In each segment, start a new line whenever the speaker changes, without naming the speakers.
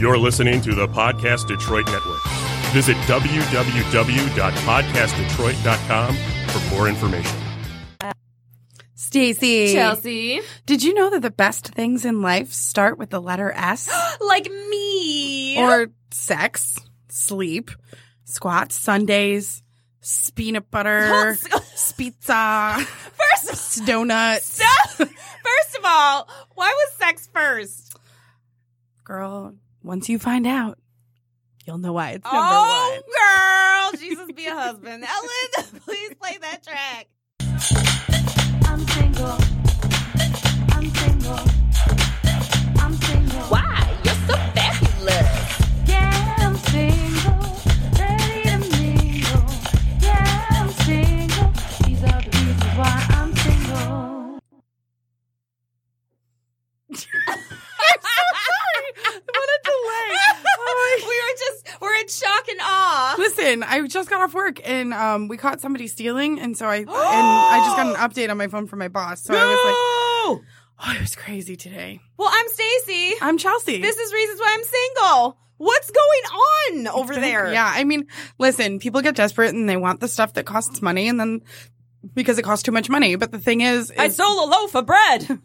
You're listening to the Podcast Detroit Network. Visit www.podcastdetroit.com for more information.
Stacy.
Chelsea.
Did you know that the best things in life start with the letter S?
Like me.
Or sex, sleep, squats, Sundays, s- peanut butter, s- pizza,
First of,
s- donuts.
first of all, why was sex first?
Girl, once you find out, you'll know why it's number
oh,
one.
girl. Jesus be a husband. Ellen, please play that track.
I'm single. I'm single. I'm single.
Why? You're so fabulous.
Yeah, I'm single. Ready to mingle. Yeah, I'm single. These are the reasons why I'm single.
What a delay. Oh my-
we were just, we're in shock and awe.
Listen, I just got off work and um, we caught somebody stealing, and so I and I just got an update on my phone from my boss. So I was
No!
like, "Oh, it was crazy today."
Well, I'm Stacy.
I'm Chelsea.
This is Reasons Why I'm Single. What's going on over there?
Yeah, I mean, listen, people get desperate and they want the stuff that costs money, and then because it costs too much money. But the thing is,
I
is
sold a loaf of bread.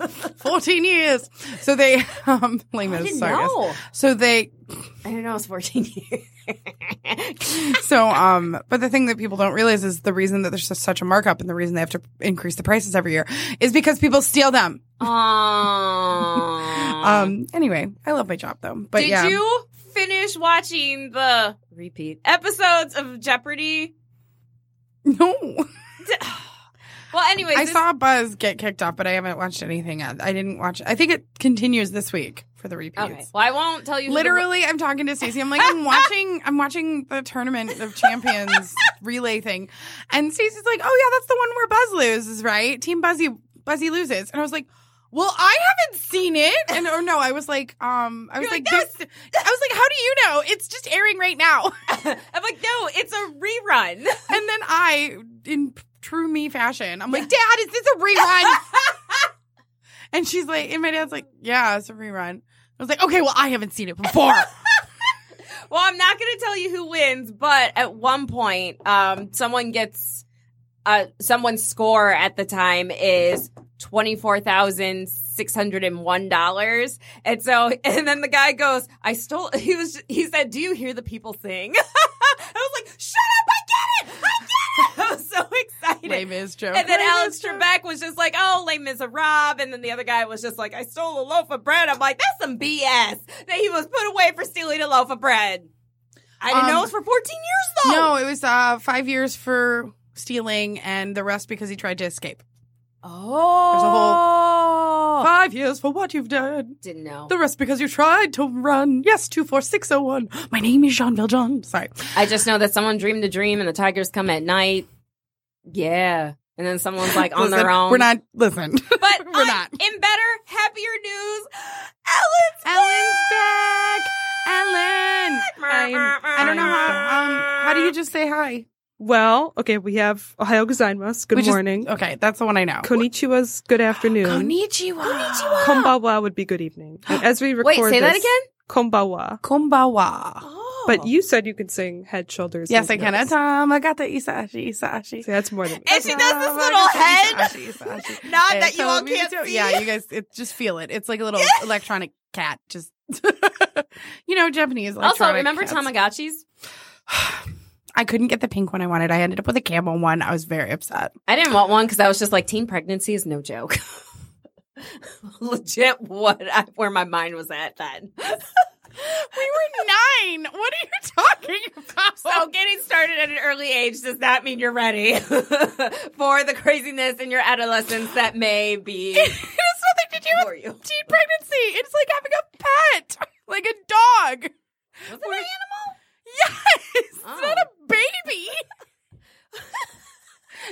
14 years. So they, um, like this,
didn't
sorry. guys.
know.
So they,
I didn't know it was 14 years.
so, um, but the thing that people don't realize is the reason that there's just such a markup and the reason they have to increase the prices every year is because people steal them.
Aww.
Um, anyway, I love my job though. But
Did
yeah.
you finish watching the repeat episodes of Jeopardy?
No.
Well, anyways,
I
this-
saw Buzz get kicked off, but I haven't watched anything yet. I didn't watch, I think it continues this week for the repeats.
Okay, well, I won't tell you. who the-
Literally, I'm talking to Stacey. I'm like, I'm watching, I'm watching the tournament of champions relay thing, and Stacey's like, Oh yeah, that's the one where Buzz loses, right? Team Buzzy, Buzzy loses, and I was like. Well, I haven't seen it, and or no, I was like, um, I was
You're
like,
like,
this, I was like, how do you know? It's just airing right now.
I'm like, no, it's a rerun.
And then I, in true me fashion, I'm like, Dad, is this a rerun? and she's like, and my dad's like, Yeah, it's a rerun. I was like, Okay, well, I haven't seen it before.
well, I'm not going to tell you who wins, but at one point, um, someone gets uh, someone's score at the time is twenty four thousand six hundred and one dollars, and so and then the guy goes, "I stole." He was he said, "Do you hear the people sing?" I was like, "Shut up! I get it! I get it!" I was so excited.
Lame is joke.
And then
Lame
Alex
is joke.
Trebek was just like, "Oh, Les Miserables," and then the other guy was just like, "I stole a loaf of bread." I'm like, "That's some BS." That he was put away for stealing a loaf of bread. I didn't
Um,
know it was for 14 years though.
No, it was uh, five years for stealing and the rest because he tried to escape.
Oh.
There's a
whole.
Five years for what you've done.
Oh. Didn't know.
The rest because you tried to run. Yes, 24601. oh, My name is Jean Valjean. Sorry.
I just know that someone dreamed a dream and the tigers come at night. Yeah. And then someone's like on
Listen,
their own.
We're not, listen.
But
we're
on-
not.
In better, happier news, Ellen's
Ellen's back. Ellen. I'm- I don't know how. Um, how do you just say hi?
Well, okay, we have Ohio gozaimasu. Good
We just-
morning.
Okay, that's the one I know.
Konichiwa's good afternoon.
Oh, Konnichiwa. Konnichiwa.
Konbawa would be good evening. And as we record
Wait, say that
this-
again?
Konbawa.
Konbawa.
Oh.
But you said you can sing head, shoulders.
Yes, I
and
can.
heels.
Tom, I got the Isaashi, Isaashi.
See, that's more than
And she does this little head. Not that you all can't see.
Yeah, you guys, it, just feel it. It's like a little electronic cat. Just you know, Japanese.
Also,
electronic
remember
cats.
Tamagotchis?
I couldn't get the pink one I wanted. I ended up with a camel one. I was very upset.
I didn't want one because I was just like, teen pregnancy is no joke. Legit, what I, where my mind was at then.
We were nine. What are you talking about?
so, getting started at an early age does not mean you're ready for the craziness in your adolescence that may be
it has nothing to do
for
with
you.
teen pregnancy. It's like having a pet, like a dog.
Was it an animal?
Yes, it's
Oh.
not a baby.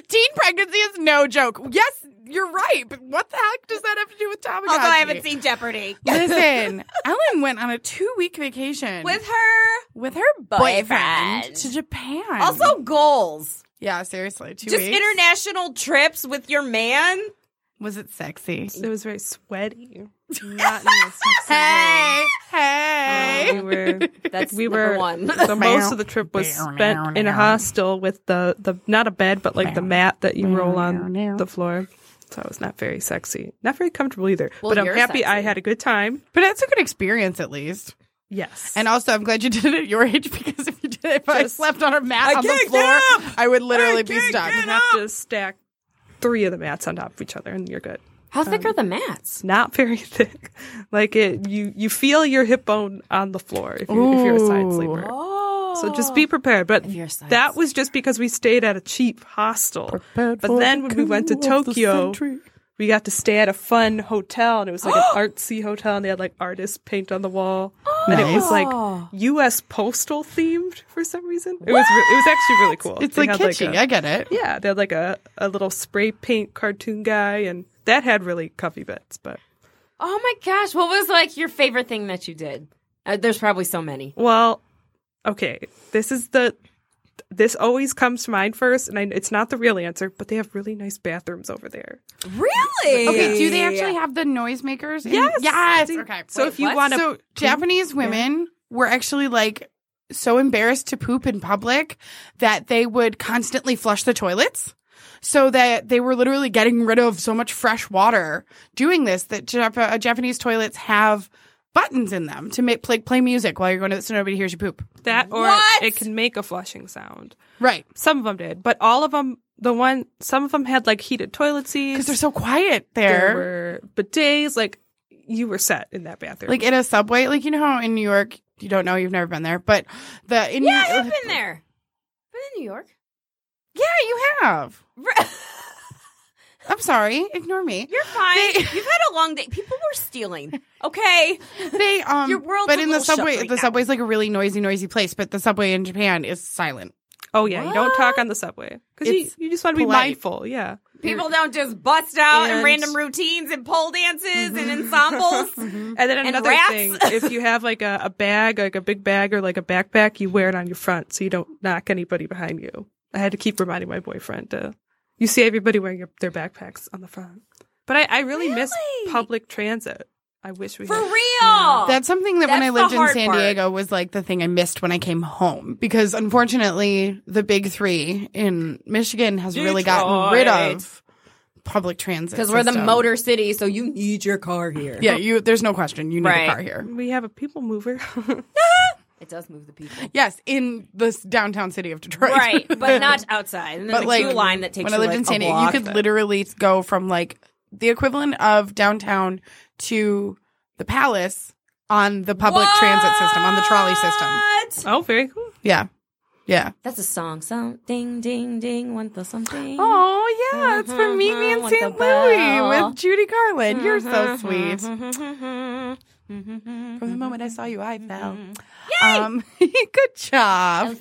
Teen pregnancy is no joke. Yes, you're right. But what the heck does that have to do with Tamagotchi?
Although I haven't seen Jeopardy
Listen, Ellen went on a two week vacation
with her.
with her boyfriend,
boyfriend.
to Japan.
Also, goals.
yeah, seriously, two
Just
weeks.
international trips with your man.
Was it sexy?
It was very sweaty. Not in a sexy way.
Hey, hey.
Oh,
Oh.
we were
That's
we
number
were
one.
the most of the trip was spent in a hostel with the the not a bed but like the mat that you roll on the floor. So it was not very sexy, not very comfortable either.
Well,
but I'm
you're
happy I
sexy.
had a good time.
But it's a good experience at least.
Yes,
And also, I'm glad you did it at your age because if you did it, if I
Just-
slept on a mat on the
can't
floor,
get
I would literally be
you
stuck.
have to stack three of the mats on top of each other, and you're good.
How thick are the mats?
Not very thick. Like it, you you feel your hip bone on the floor if you're, if you're a side sleeper.
Oh.
So just be prepared. But
you're a side
that was just because we stayed at a cheap hostel. but then when we went to Tokyo, we got to stay at a fun hotel, and it was like an artsy hotel, and they had like artist paint on the wall, and it was like
Oh.
U.S. postal themed for some reason. It was re- it was actually really cool.
It's
They
like
had,
kitschy.
a-
I get it.
yeah, they had like a, a little spray paint cartoon guy, and that had really comfy bits. But
Oh my gosh. What was like your favorite thing that you did? Uh, there's probably so many.
well, okay, this is the this always comes to mind first, and I, it's not the real answer, but they have really nice bathrooms over there.
Really?
Okay, do they actually have the noisemakers? in-
Yes.
Yes.
They-
Okay.
So
Wait,
if you
what?
want to,
so Japanese women were actually like so embarrassed to poop in public that they would constantly flush the toilets. So that they were literally getting rid of so much fresh water doing this that Jap- uh, Japanese toilets have buttons in them to make play, play music while you're going to so nobody hears you poop.
that or
What?
it can make a flushing sound.
Right.
Some of them did, but all of them. The one, some of them had like heated toilet seats.
Because they're so quiet
there
there.
were bidets. Like you were set in that bathroom.
Like in a subway, like you know how in New York, you don't know, you've never been there, but the in
Yeah, I've been there. Been in New York.
Yeah, you have.
You're
I'm sorry, ignore me.
fine. You've had a long day. People were stealing. Okay.
They um,
Your world's
but
a
in the
little shut
subway,
right
the
now.
subway's like a really noisy, noisy place. But the subway in Japan is silent.
Oh yeah, you don't talk
What?
on the subway because you,
It's
you just want to be
polite.
mindful. Yeah,
People don't just bust out in
And-
random routines and pole dances and ensembles.
and then
And
another
rats.
thing, if you have like a, a bag, like a big bag or like a backpack, you wear it on your front so you don't knock anybody behind you. I had to keep reminding my boyfriend to. You see everybody wearing your, their backpacks on the front, but I, I really, miss
Really?
public transit. I wish we
For
had.
real.
That's something that when I
Oh, That's
lived
the
in
hard
San
part.
Diego was like the thing I missed when I came home because unfortunately the big three in Michigan has really gotten rid of public transit
because we're the
system.
motor city, so you need your car here.
Yeah, you. There's no question. You need
Right.
a car here.
We have a people mover.
It does move the people.
Yes, in this downtown city of Detroit.
Right, but not outside. And then
but
the
like
queue line that takes
when
you,
I lived
like,
in San
a
Diego, you
walk.
could literally go from like the equivalent of downtown to the palace on the public transit system on the trolley system.
What?
oh, very cool.
Yeah, yeah.
That's a song. Some ding ding ding. Want the something?
Oh yeah, it's from Meet Me in
With the
St. Louis
bell.
with Judy Garland. You're so sweet.
Elfine.
mm-hmm, From the moment I saw you, I fell. Um, good job.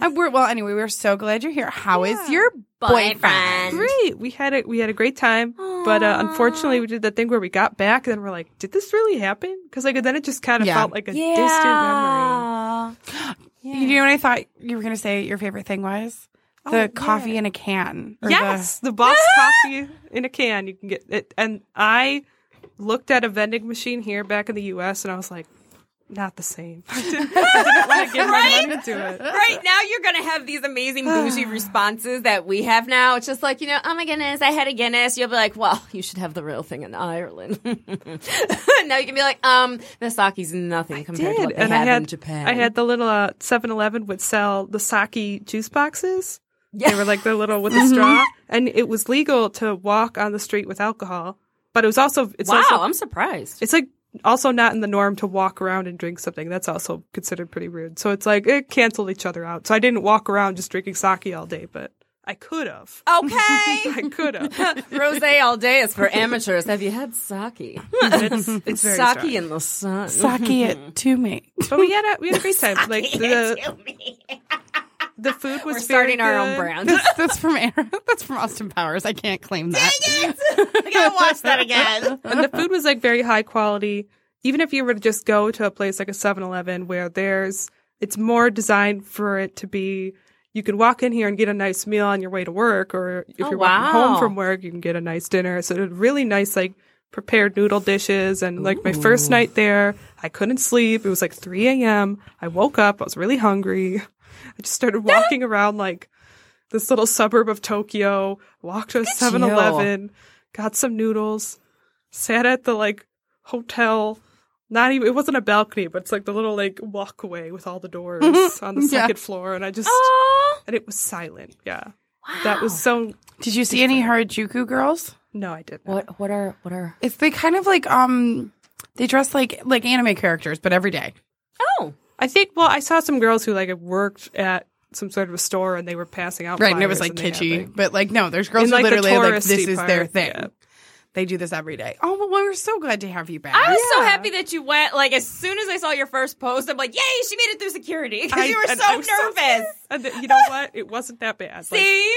Uh, we're, well, anyway, we're so glad you're here. How is your boyfriend?
Boyfriend.
Great. We had it. We had a great time, but uh, unfortunately, we did that thing where we got back, and then we're like, "Did this really happen?" Because like then it just kind of
Yeah.
felt like a distant memory.
Yeah.
You know what I thought you were going to say your favorite thing was? The coffee in a can. or the-
Oh, Yes, the, box coffee in a can. You can get it. And I looked at a vending machine here back in the U.S., and I was like, "Not the same." I didn't, I didn't want to give my money to it.
Right now, you're gonna have these amazing bougie responses that we have now. It's just like you know, oh my goodness, I had a Guinness. You'll be like, well, you should have the real thing in Ireland. now you can be like, um, Misaki's nothing compared to
Did.
what they
and I
have
had
in Japan.
I had the little uh, 7-Eleven would sell the sake juice boxes. They were like the little with the straw, and it was legal to walk on the street with alcohol. But it was also it's
wow,
also
I'm surprised.
it's like also not in the norm to walk around and drink something. That's also considered pretty rude. So it's like it canceled each other out. So I didn't walk around just drinking sake all day, but I could have.
Oh. Okay.
I could have.
Rose all day is for amateurs. Have you had sake?
It's, it's
Sake
sake.
in the sun.
Sake it to me.
But we had a we had a great time. Like the the food was
We're starting
very
our own
good.
brand.
That's, that's from Aaron. That's from Austin Powers. I can't claim that.
I gotta watch that again.
and the food was like very high quality. Even if you were to just go to a place like a 7-Eleven where there's it's more designed for it to be you can walk in here and get a nice meal on your way to work or if
Oh,
you're walking home
wow.
from work you can get a nice dinner. So it's really nice like prepared noodle dishes. And like my first night there, I couldn't sleep. It was like 3 a.m. I woke up. I was really hungry. I just started walking around like this little suburb of Tokyo, walked to a 7 Eleven, got some noodles, sat at the like hotel. Not even, it wasn't a balcony, but it's like the little like walkway with all the doors on the
Mm-hmm. Yeah.
second floor. And I just, and it was silent. Yeah. That was so,
Did you see any Harajuku girls?
no, I didn't.
What what are what are
It's they kind of like um they dress like like anime characters, but every day.
Oh.
I think. Well, I saw some girls who like worked at some sort of a store and they were passing out.
Right, and it was
flyers
like
they had,
kitschy,
like-
but like no, there's girls
In,
who
like, the
literally like
touristy
this is their
part,
thing.
yeah.
They do this every day. Oh well, we're so glad to have you back.
I was so
Yeah.
happy that you went. Like as soon as I saw your first post, I'm like, "Yay, she made it through security!" Because
I-
you were
and
so
I was
nervous.
and th- you know what? It wasn't that bad.
See,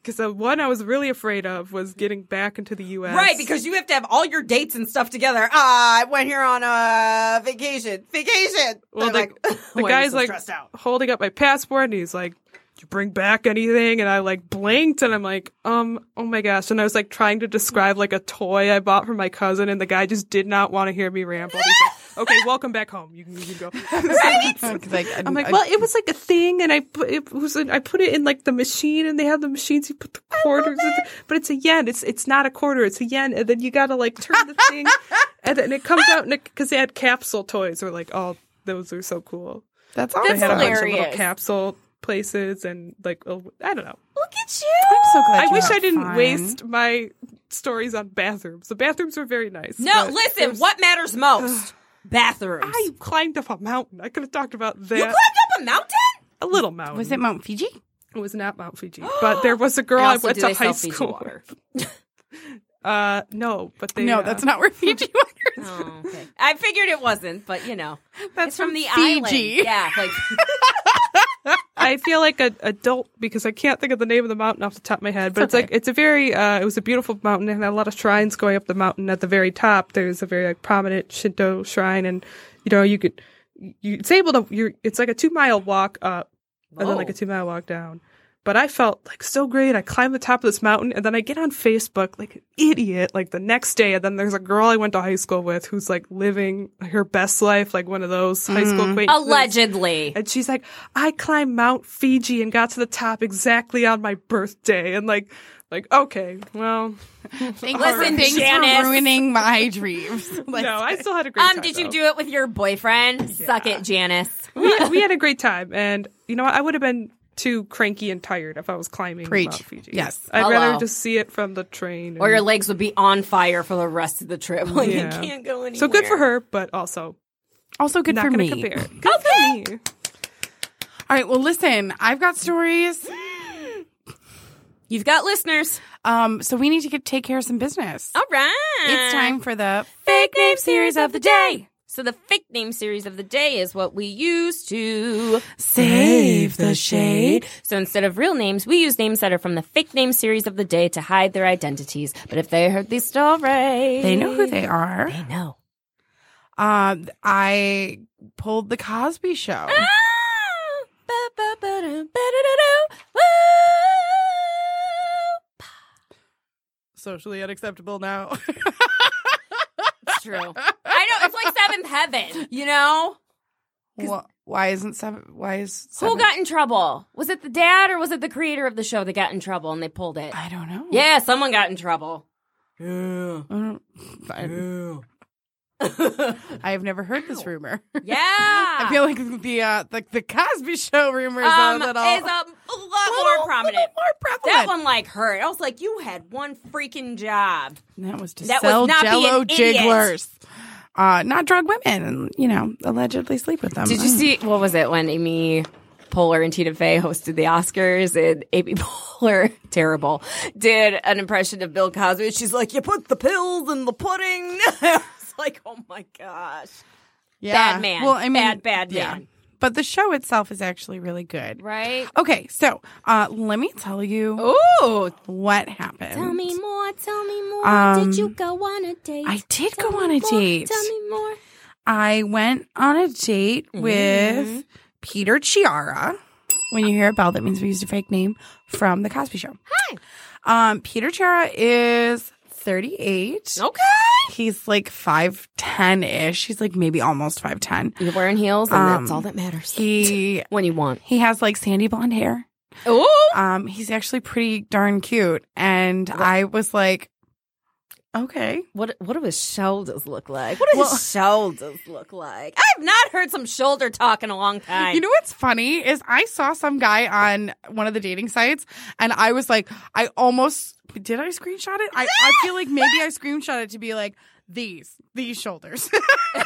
because the one I was really afraid of was getting back into the U.S.
right? Because you have to have all your dates and stuff together. Ah, I went here on a vacation. Vacation.
well,
They're
the,
"Why are
the
you
guy's
so
like
stressed out?
holding up my passport and he's like. "Did You bring back anything, and I like blinked, and I'm like, um, oh my gosh, and I was like trying to describe like a toy I bought for my cousin, and the guy just did not want to hear me ramble. He's like, okay, welcome back home. You can, you can go.
like,
I'm like, well, it was like a thing, and I put it was in, I put it in like the machine, and they have the machines. You put the quarters, in the, but it's a yen. It's it's not a quarter. It's a yen, and then you gotta like turn the thing, and then it comes out because they had capsule toys. Or like, oh, those are so cool.
that's
They
awesome.
had a bunch of little
hilarious.
capsule places, and like a- I don't know.
Look at you.
I'm so glad.
I
you
wish
had
I didn't
fun.
waste my stories on bathrooms. The bathrooms were very nice.
No,
but
listen. What matters most? Bathrooms.
I climbed up a mountain. I could have talked about that.
you climbed up a mountain.
a little mountain.
Was it Mount Fiji?
It was not Mount Fuji, but there was a girl I
also,
went
do
to
they
high
sell Fiji
school
water?
with. uh, no, but they.
No,
uh,
that's not where Fiji was.
Oh, okay. I figured it wasn't, but you know,
That's
it's from the
Fiji.
island. Yeah, like um,
I feel like an adult because I can't think of the name of the mountain off the top of my head, but it's like it's a very. Uh, it was a beautiful mountain and had a lot of shrines going up the mountain. At the very top, there's a very like prominent Shinto shrine, and you know you could. You, it's able to. You're. It's like a two mile walk up, and then like a
Whoa.
two mile walk down. But I felt like so great. I climbed the top of this mountain and then I get on Facebook like an idiot like the next day. And then there's a girl I went to high school with who's like living her best life, like one of those high school quaint.
allegedly.
And she's like, I climbed Mount Fiji and got to the top exactly on my birthday. And like, like, okay, well,
Thanks,
Listen,
for, thanks
Janice.
for ruining my dreams. Like,
no, I still had a great time.
Um, did you
though.
do it with your boyfriend? Suck it, Janice.
we, we had a great time, and you know what? I would have been too cranky and tired if I was climbing
Preach.
Mount Fuji.
Yes.
I'd
Hello.
rather just see it from the train.
Or
and-
your legs would be on fire for the rest of the trip. Like you
Yeah.
can't go anywhere.
so good for her, but also
also good
not
for
gonna
me.
compare. Good okay. for me.
All right, well, listen, I've got stories.
You've got listeners.
Um, so we need to get take care of some business.
All right.
It's time for the
fake name series of the day. So the fake name series of the day is what we use to
Save the
shade. So instead of real names, we use names that are from the fake name series of the day to hide their identities. But if they heard these stories,
They know who they are.
They know.
Um, I pulled the Cosby Show.
Ah!
Socially unacceptable now.
It's true. I know. It's like seventh heaven. You know
Wh- why isn't seven? Why is
who
seven?
got in trouble? Was it the dad or was it the creator of the show that got in trouble and they pulled it?
I don't know.
Yeah, someone got in trouble.
I don't- I, I have never heard this rumor.
Yeah.
I feel like the uh, the, the Cosby Show rumor is
Ah. um,
a
is a
little,
lot more
little-
prominent.
little more prevalent.
That one like hurt. I was like, you had one freaking job.
And That was to
That was
sell
not being
Jello
an idiot.
jigglers, uh, not drug women, and you know, allegedly sleep with them. Mm.
Did you see what was it when Amy Poehler and Tina Fey hosted the Oscars and Amy Poehler, terrible, did an impression of Bill Cosby. She's like, you put the pills in the pudding. I was like, oh my gosh.
Yeah.
Bad man. Bad, bad man.
But the show itself is actually really good.
Right?
Okay, so uh, let me tell you
Ooh.
what happened.
Tell me more, tell me more.
Um,
did you go on a date?
I did
Tell
go
me
on a
more,
date.
Tell me more.
I went on a date with Peter Chiara. When you hear a bell, that means we used a fake name from The Cosby Show. Hi. Um, Peter Chiara is 38.
Okay.
He's like 5'10 ish. He's like maybe almost 5'10.
You're wearing heels, and that's
Um,
all that matters.
He
when you want.
he has like sandy blonde hair.
Oh,
Um, he's actually pretty darn cute. And I was like, okay.
what what do his shoulders look like? What do
Well-
his shoulders look like? I've not heard some shoulder talk in a long time.
You know what's funny is I saw some guy on one of the dating sites and I was like, I almost did I screenshot it? I, I feel like maybe I screenshot it to be like, these, these shoulders.
Yo,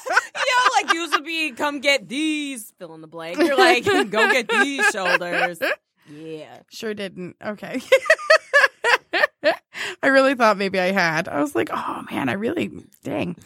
like used to be, come get these. Fill in the blank. You're like, go get these shoulders. Yeah.
Sure didn't. Okay. I really thought maybe I had. I was like, oh man, I really dang.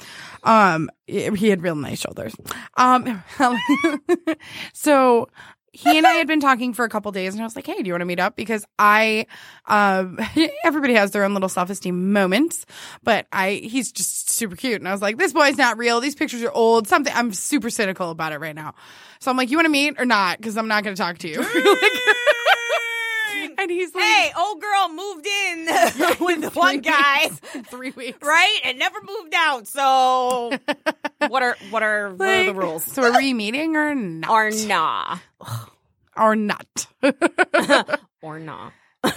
Um he he had real nice shoulders. Um so he and I had been talking for a couple days and I was like, "Hey, do you want to meet up?" because I um everybody has their own little self-esteem moments, but I he's just super cute and I was like, "This boy's not real. These pictures are old." Something I'm super cynical about it right now. So I'm like, "You want to meet or not?" cuz I'm not going to talk to you. Like- and he's like,
Hey, old girl moved in with one guy,
in three weeks.
right? And never moved out. So what are what are, what are the
Like,
rules?
So are we meeting or not?
Or nah.
Or not.
Or nah. I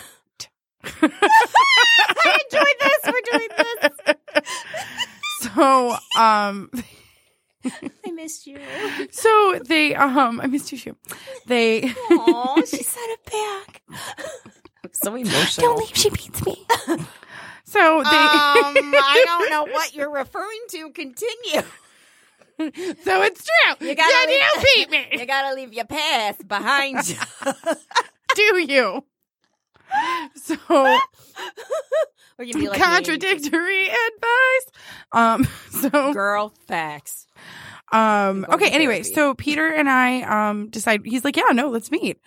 enjoyed this. We're doing this.
so um
I missed you.
so they um I missed you. They
Aw, she's
Set it back.
so emotional.
Don't leave. She beats me.
so they
Um, I don't know what you're referring to. Continue.
so it's true.
You gotta
Then
leave-
you beat me.
You gotta leave your past behind you.
Do you? So
Or you'd be like me.
contradictory advice. Um so
Girl, facts.
Um,
Going
okay.
to
Anyway,
therapy.
so Peter and I, um, decide, he's like, yeah, no, let's meet.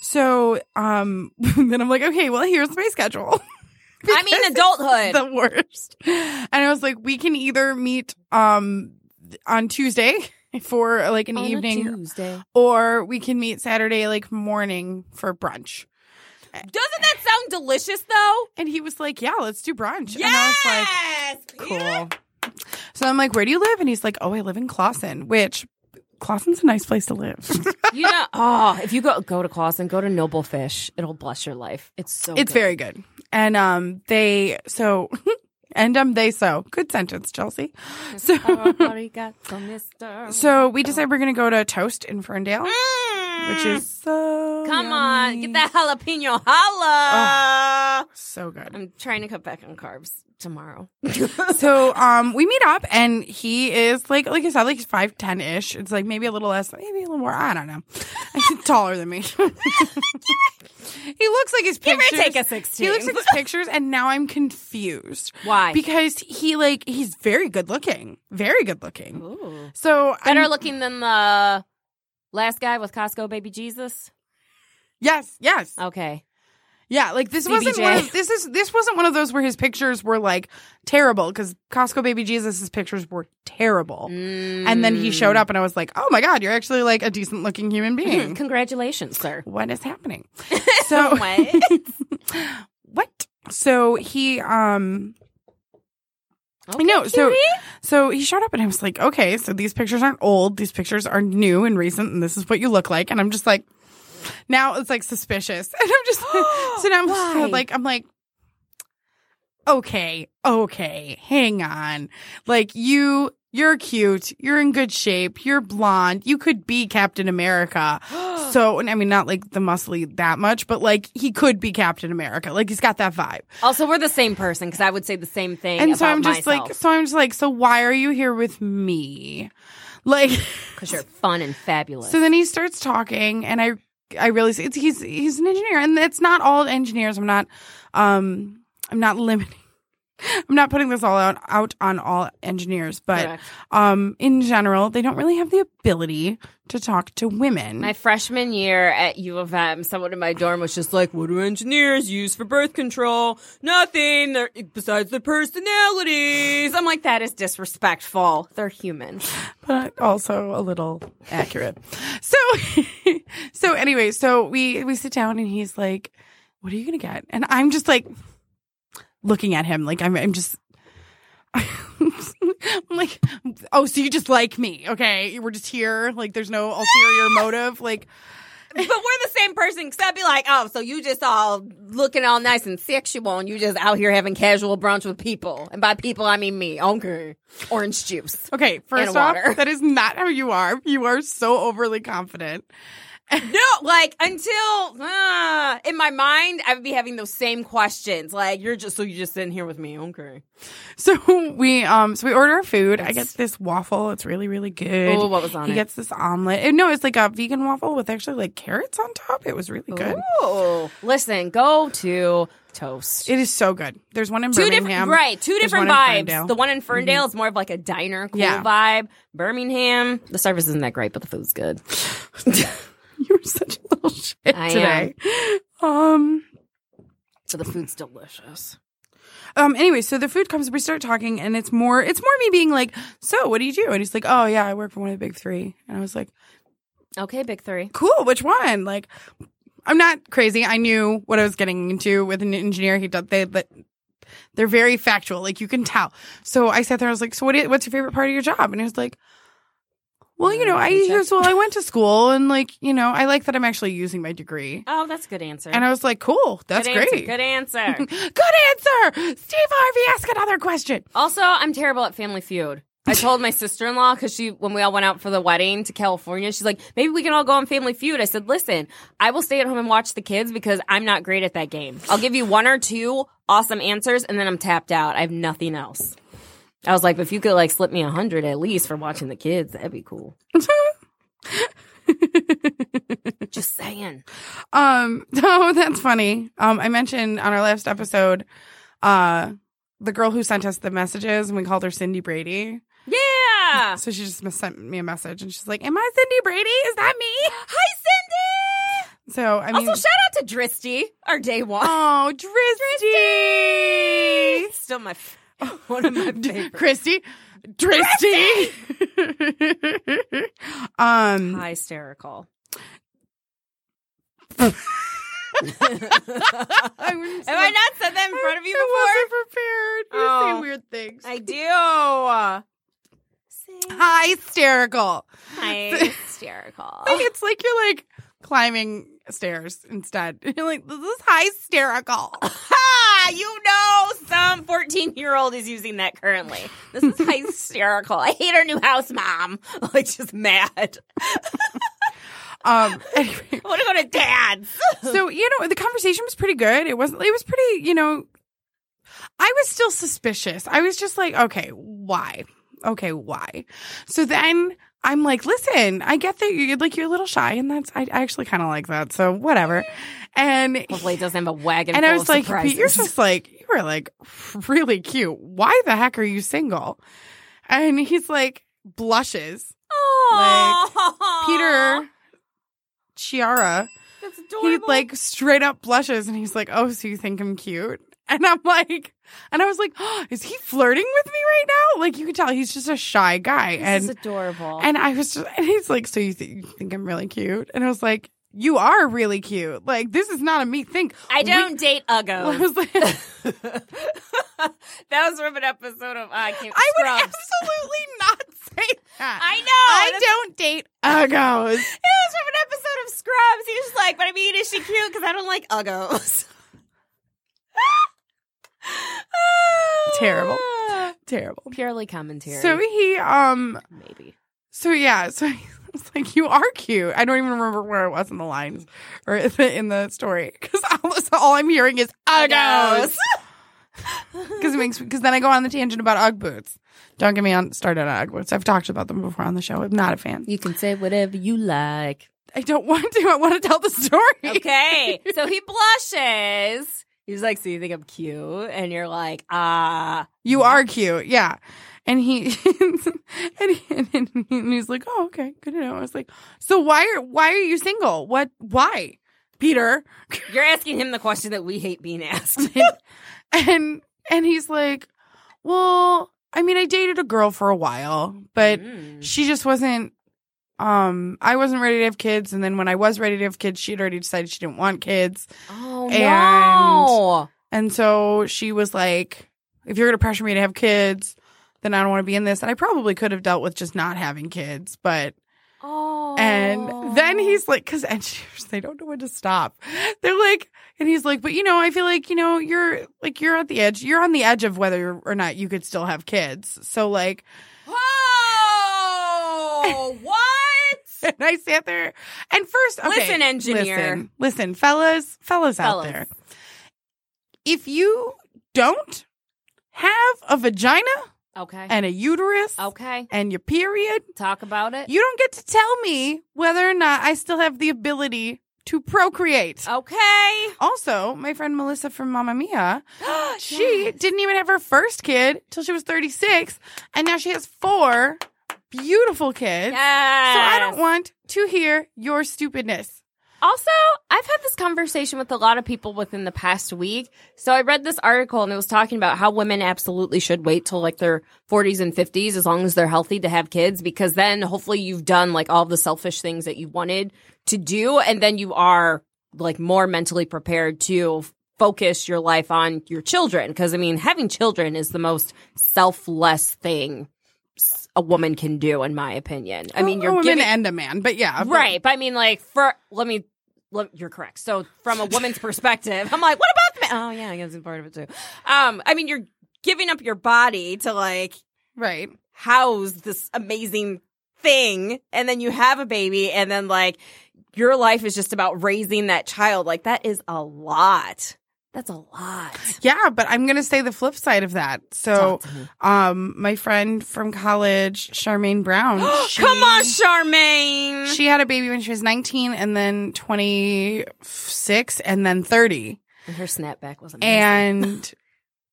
So, um, then I'm like, okay, well, here's my schedule.
I mean, adulthood.
the worst. And I was like, we can either meet, um, on Tuesday for like an evening
Tuesday.
or we can meet Saturday, like morning for brunch.
Doesn't that sound delicious though?
And he was like, yeah, let's do brunch. And I was like,
Yes. Peter.
cool. So I'm like, where do you live? And he's like, oh, I live in Clawson, which Clawson's a nice place to live.
You know, oh, if you go go to Clausen, go to Noble Fish. It'll bless your life. It's so.
It's very good. And um they so and um they so good sentence, Chelsea. So so we decide we're gonna go to Toast in Ferndale, which is so
Mm. Come on, get
yummy. Oh.
that jalapeno holla.
so good.
I'm trying to cut back on carbs tomorrow.
So um we meet up and he is like like I said, like five ten ish. It's like maybe a little less, maybe a little more. I don't know. He's taller than me. he looks like his
Give or
pictures.
take a 16.
He looks like his pictures, and now I'm confused.
Why?
Because he like he's very good looking, very good looking.
Ooh.
So
Better
I'm-
looking than the last guy with Costco baby Jesus.
Yes, yes,
Okay.
yeah. Like this wasn't
CBJ.
one of, this is this wasn't one of those where his pictures were like terrible because Costco Baby Jesus' pictures were terrible. And then he showed up, and I was like, oh my god, you're actually like a decent looking human being.
Congratulations, sir.
what is happening? So
What?
what? So he um no, so so he showed up and I was like, okay, so these pictures aren't old, these pictures are new and recent, and this is what you look like. And I'm just like, now it's like suspicious, and I'm just so now I'm just kinda
Why?
like, I'm like, okay, okay, hang on, like you. You're cute. You're in good shape. You're blonde. You could be Captain America. so, and I mean, not like the muscly that much, but like he could be Captain America. Like he's got that vibe.
Also, we're the same person because I would say the same thing.
And so
about
I'm just like,
myself.
so I'm just like, so why are you here with me? Like,
because you're fun and fabulous.
so then he starts talking, and I, I realize it's he's he's an engineer, and it's not all engineers. I'm not, um, I'm not limiting. I'm not putting this all out, out on all engineers, but
Correct.
um, in general, they don't really have the ability to talk to women.
my freshman year at U of M, someone in my dorm was just like, "What do engineers use for birth control? Nothing they're, besides their personalities." I'm like, "That is disrespectful. They're human."
but also a little accurate. So, so anyway, so we we sit down and he's like, "What are you gonna get?" And I'm just like, looking at him. Like I'm, I'm just. I'm like, oh, so you just like me, okay? We're just here. Like, there's no ulterior motive. Like,
but we're the same person. Because I'd be like, oh, so you just all looking all nice and sexual, and you just out here having casual brunch with people. And by people, I mean me. Okay, orange juice.
okay, first off,
water.
that is not how you are. You are so overly confident.
No, like until uh, in my mind, I would be having those same questions. Like you're just so you just sitting here with me. Okay.
So we um so we order our food. I get this waffle. It's really really good.
Ooh, Oh, what was on
he
it?
gets this omelet. Eh, No, it's like a vegan waffle with actually like carrots on top. It was really good.
Oh, listen, go to Toast.
It is so good. There's one in
Two
Birmingham.
different, right? Two
There's
different
one in
vibes.
Ferndale. Mm-hmm.
The one in Ferndale is more of like a diner cool
Yeah.
vibe. Birmingham, the service isn't that great, but the food's good.
you were such a little shit
I
today. Um.
So the food's delicious.
Um. Anyway, so the food comes. We start talking, and it's more. It's more me being like, "So, what do you do?" And he's like, "Oh yeah, I work for one of the big three. And I was like,
Okay, big three.
cool which one like i'm not crazy i knew what i was getting into with an engineer he does they but they're very factual like you can tell so i sat there i was like so what is, what's your favorite part of your job and he was like well you know i
Uh, Paycheck.
here's well i went to school and like you know i like that i'm actually using my degree
Oh, that's a good answer.
and i was like cool that's
good
great
Answer, good answer.
Good answer steve harvey ask another question
Also, I'm terrible at Family Feud. I told my sister in law because she, when we all went out for the wedding to California, she's like, maybe we can all go on Family Feud. I said, listen, I will stay at home and watch the kids because I'm not great at that game. I'll give you one or two awesome answers and then I'm tapped out. I have nothing else. I was like, but if you could like slip me a hundred at least for watching the kids, that'd be cool. Just saying.
Um, no, that's funny. Um, I mentioned on our last episode, uh, the girl who sent us the messages, and we called her Cindy Brady.
Yeah.
So she just sent me a message, and she's like, "Am I Cindy Brady? Is that me?"
Hi, Cindy.
So I mean,
Also, shout out to Dristy, our day one.
oh, Dristy,
Still my f- one of my
D-
favorites.
Christy, Dristy. um,
Hysterical. Have I not said that in front of you
I
before?
wasn't prepared. You say
Oh.
weird things.
I do.
Hysterical.
Hysterical.
Like, it's like you're like climbing stairs instead. You're like, this is hysterical.
ha! You know, some 14 year old is using that currently. This is hysterical. I hate our new house, mom. Like, just mad.
Um, anyway,
I want to go to dad's.
so you know the conversation was pretty good. It wasn't. It was pretty. You know, I was still suspicious. I was just like, okay, why? Okay, why? So then. I'm like, listen, I get that you're like you're a little shy, and that's I, I actually kind of like that. So whatever, and
Hopefully, it doesn't have a wagon.
and
full
I was
of
like, but
surprises.
you're just like, you were like really cute. Why the heck are you single? And he's like, blushes.
Aw.
Peter Chiara,
That's
he
adorable.
like straight up blushes and he's like, oh, so you think I'm cute? And I'm like, and I was like, oh, is he flirting with me right now? Like you can tell he's just a shy guy.
this is
and
adorable.
and I was just, and he's like, so you, th- you think I'm really cute? And I was like, you are really cute. Like this is not a me thing.
I don't
We-
date
I
uggos.
was like,
that was from an episode of uh, I Can't
I would
Scrubs.
absolutely not say that.
I know.
I
that's-
don't date uggos.
It was from an episode of Scrubs. He was just like, but I mean, is she cute? Because I don't like uggos. Ah.
Terrible. Terrible.
Purely commentary.
So he um
maybe.
so yeah, so I was like, "You are cute." I don't even remember where it was in the lines or in the, in the story because all, so all I'm hearing is uggos. Because it makes because then I go on the tangent about UGG boots. Don't get me on started on UGG boots. I've talked about them before on the show. I'm not a fan.
You can say whatever you like.
I don't want to. I want to tell the story.
Okay. so he blushes. He's like, so you think I'm cute? And you're like, ah.
You are cute. Yeah. And he, and, he and, he- and he's like, oh, okay, good to know. I was like, so why are why are you single? What? Why, Peter?
You're asking him the question that we hate being asked.
and and he's like, well, I mean, I dated a girl for a while, but
Mm.
she just wasn't. Um, I wasn't ready to have kids, and then when I was ready to have kids, she had already decided she didn't want kids.
Oh
And-
no!
And so she was like, if you're going to pressure me to have kids, then I don't want to be in this. And I probably could have dealt with just not having kids, but
Oh.
and then he's like, because engineers, they don't know when to stop. They're like, and he's like, but you know, I feel like, you know, you're like, you're at the edge. You're on the edge of whether or not you could still have kids. So, like,
Oh, what?
and I sat there. And first, okay,
Listen, engineer.
Listen, listen, fellas, fellas, out
Fellas.
there. If you don't have a vagina
okay. Oh.
and a uterus
okay.
and your period,
Talk about it.
you don't get to tell me whether or not I still have the ability to procreate.
Oh. okay.
Also, my friend Melissa from Mamma Mia,
Oh,
she didn't even have her first kid till she was 36, and now she has four beautiful kids.
Yes.
So I don't want to hear your stupidness.
Also, I've had this conversation with a lot of people within the past week. So I read this article and it was talking about how women absolutely should wait till like their 40s and 50s as long as they're healthy to have kids because then hopefully you've done like all the selfish things that you wanted to do and then you are like more mentally prepared to f- focus your life on your children because I mean having children is the most selfless thing s- a woman can do in my opinion. I mean,
a
you're
woman
giving
Oh, and a man, but yeah, but-
Right, but I mean, like, for let me, let, you're correct. So, from a woman's perspective, I'm like, what about the man? Oh yeah, I guess it's part of it too. Um, I mean, you're giving up your body to like
right.
house this amazing thing, and then you have a baby, and then like your life is just about raising that child. Like that is a lot. That's a lot.
Yeah, but I'm gonna say the flip side of that. So, um, my friend from college, Charmaine Brown, she-
Come on, Charmaine.
she had a baby when she was 19, and then 26, and then 30.
her snapback wasn't.
And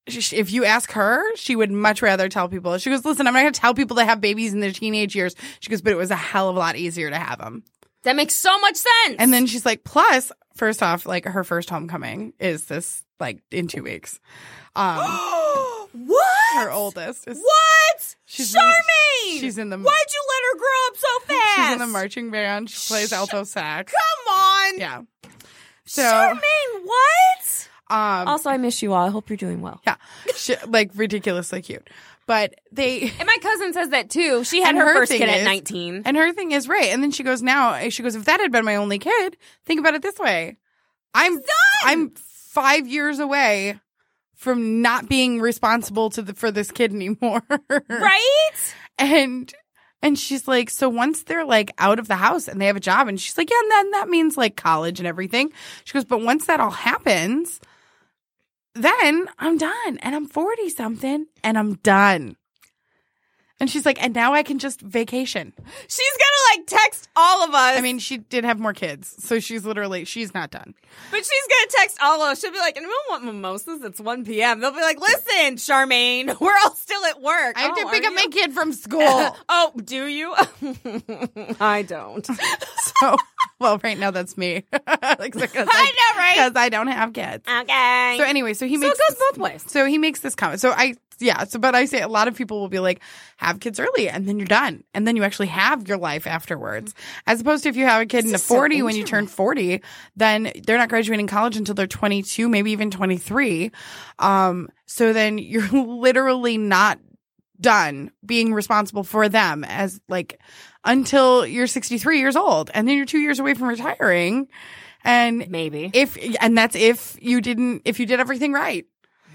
sh- if you ask her, she would much rather tell people. She goes, "Listen, I'm not going to tell people to have babies in their teenage years." She goes, "But it was a hell of a lot easier to have them."
that makes so much sense.
And then she's like, "Plus, first off, like her first homecoming is this like in two weeks. Um,
what?
her oldest is
What?
She's in-
Charmaine!
she's in the-
Why'd you let her grow up so fast?
she's in the marching band. She plays alto sax.
Come on.
Yeah. So,
Charmaine, what?
um,
Also, I miss you all. I hope you're doing well.
yeah, she, like ridiculously cute. But they
And my cousin says that too. She had
And
her,
her
first
thing
kid at
is-
19.
And her thing is right. And then she goes, now she goes, if that had been my only kid, think about it this way. I'm I'm five years away from not being responsible to the for this kid anymore.
right?
And and she's like, so once they're like out of the house and they have a job, and she's like, yeah, and then that means like college and everything. She goes, but once that all happens, then I'm done and I'm 40 something and I'm done. And she's like, and now I can just vacation.
She's gonna like text all of us.
I mean, she did have more kids, so she's literally she's not done.
but she's gonna text all of us. She'll be like, and we don't want mimosas. It's 1 p.m. They'll be like, listen, Charmaine, we're all still at work.
I have
Oh,
to pick
are
up my
you?
kid from school.
Oh, do you? I don't.
so, well, right now that's me. like, because
I know, right?
Because I don't have kids.
Okay.
So anyway, so he makes
it goes
this-
both ways.
So he makes this comment. So I yeah. So but I say a lot of people will be like, have kids early, and then you're done, and then you actually have your life afterwards, as opposed to if you have a kid in the
is so
40 when you turn 40, then they're not graduating college until they're 22, maybe even 23. Um, so then you're literally not done being responsible for them as like until you're 63 years old and then you're 2 years away from retiring and
Maybe.
if and that's if you didn't if you did everything right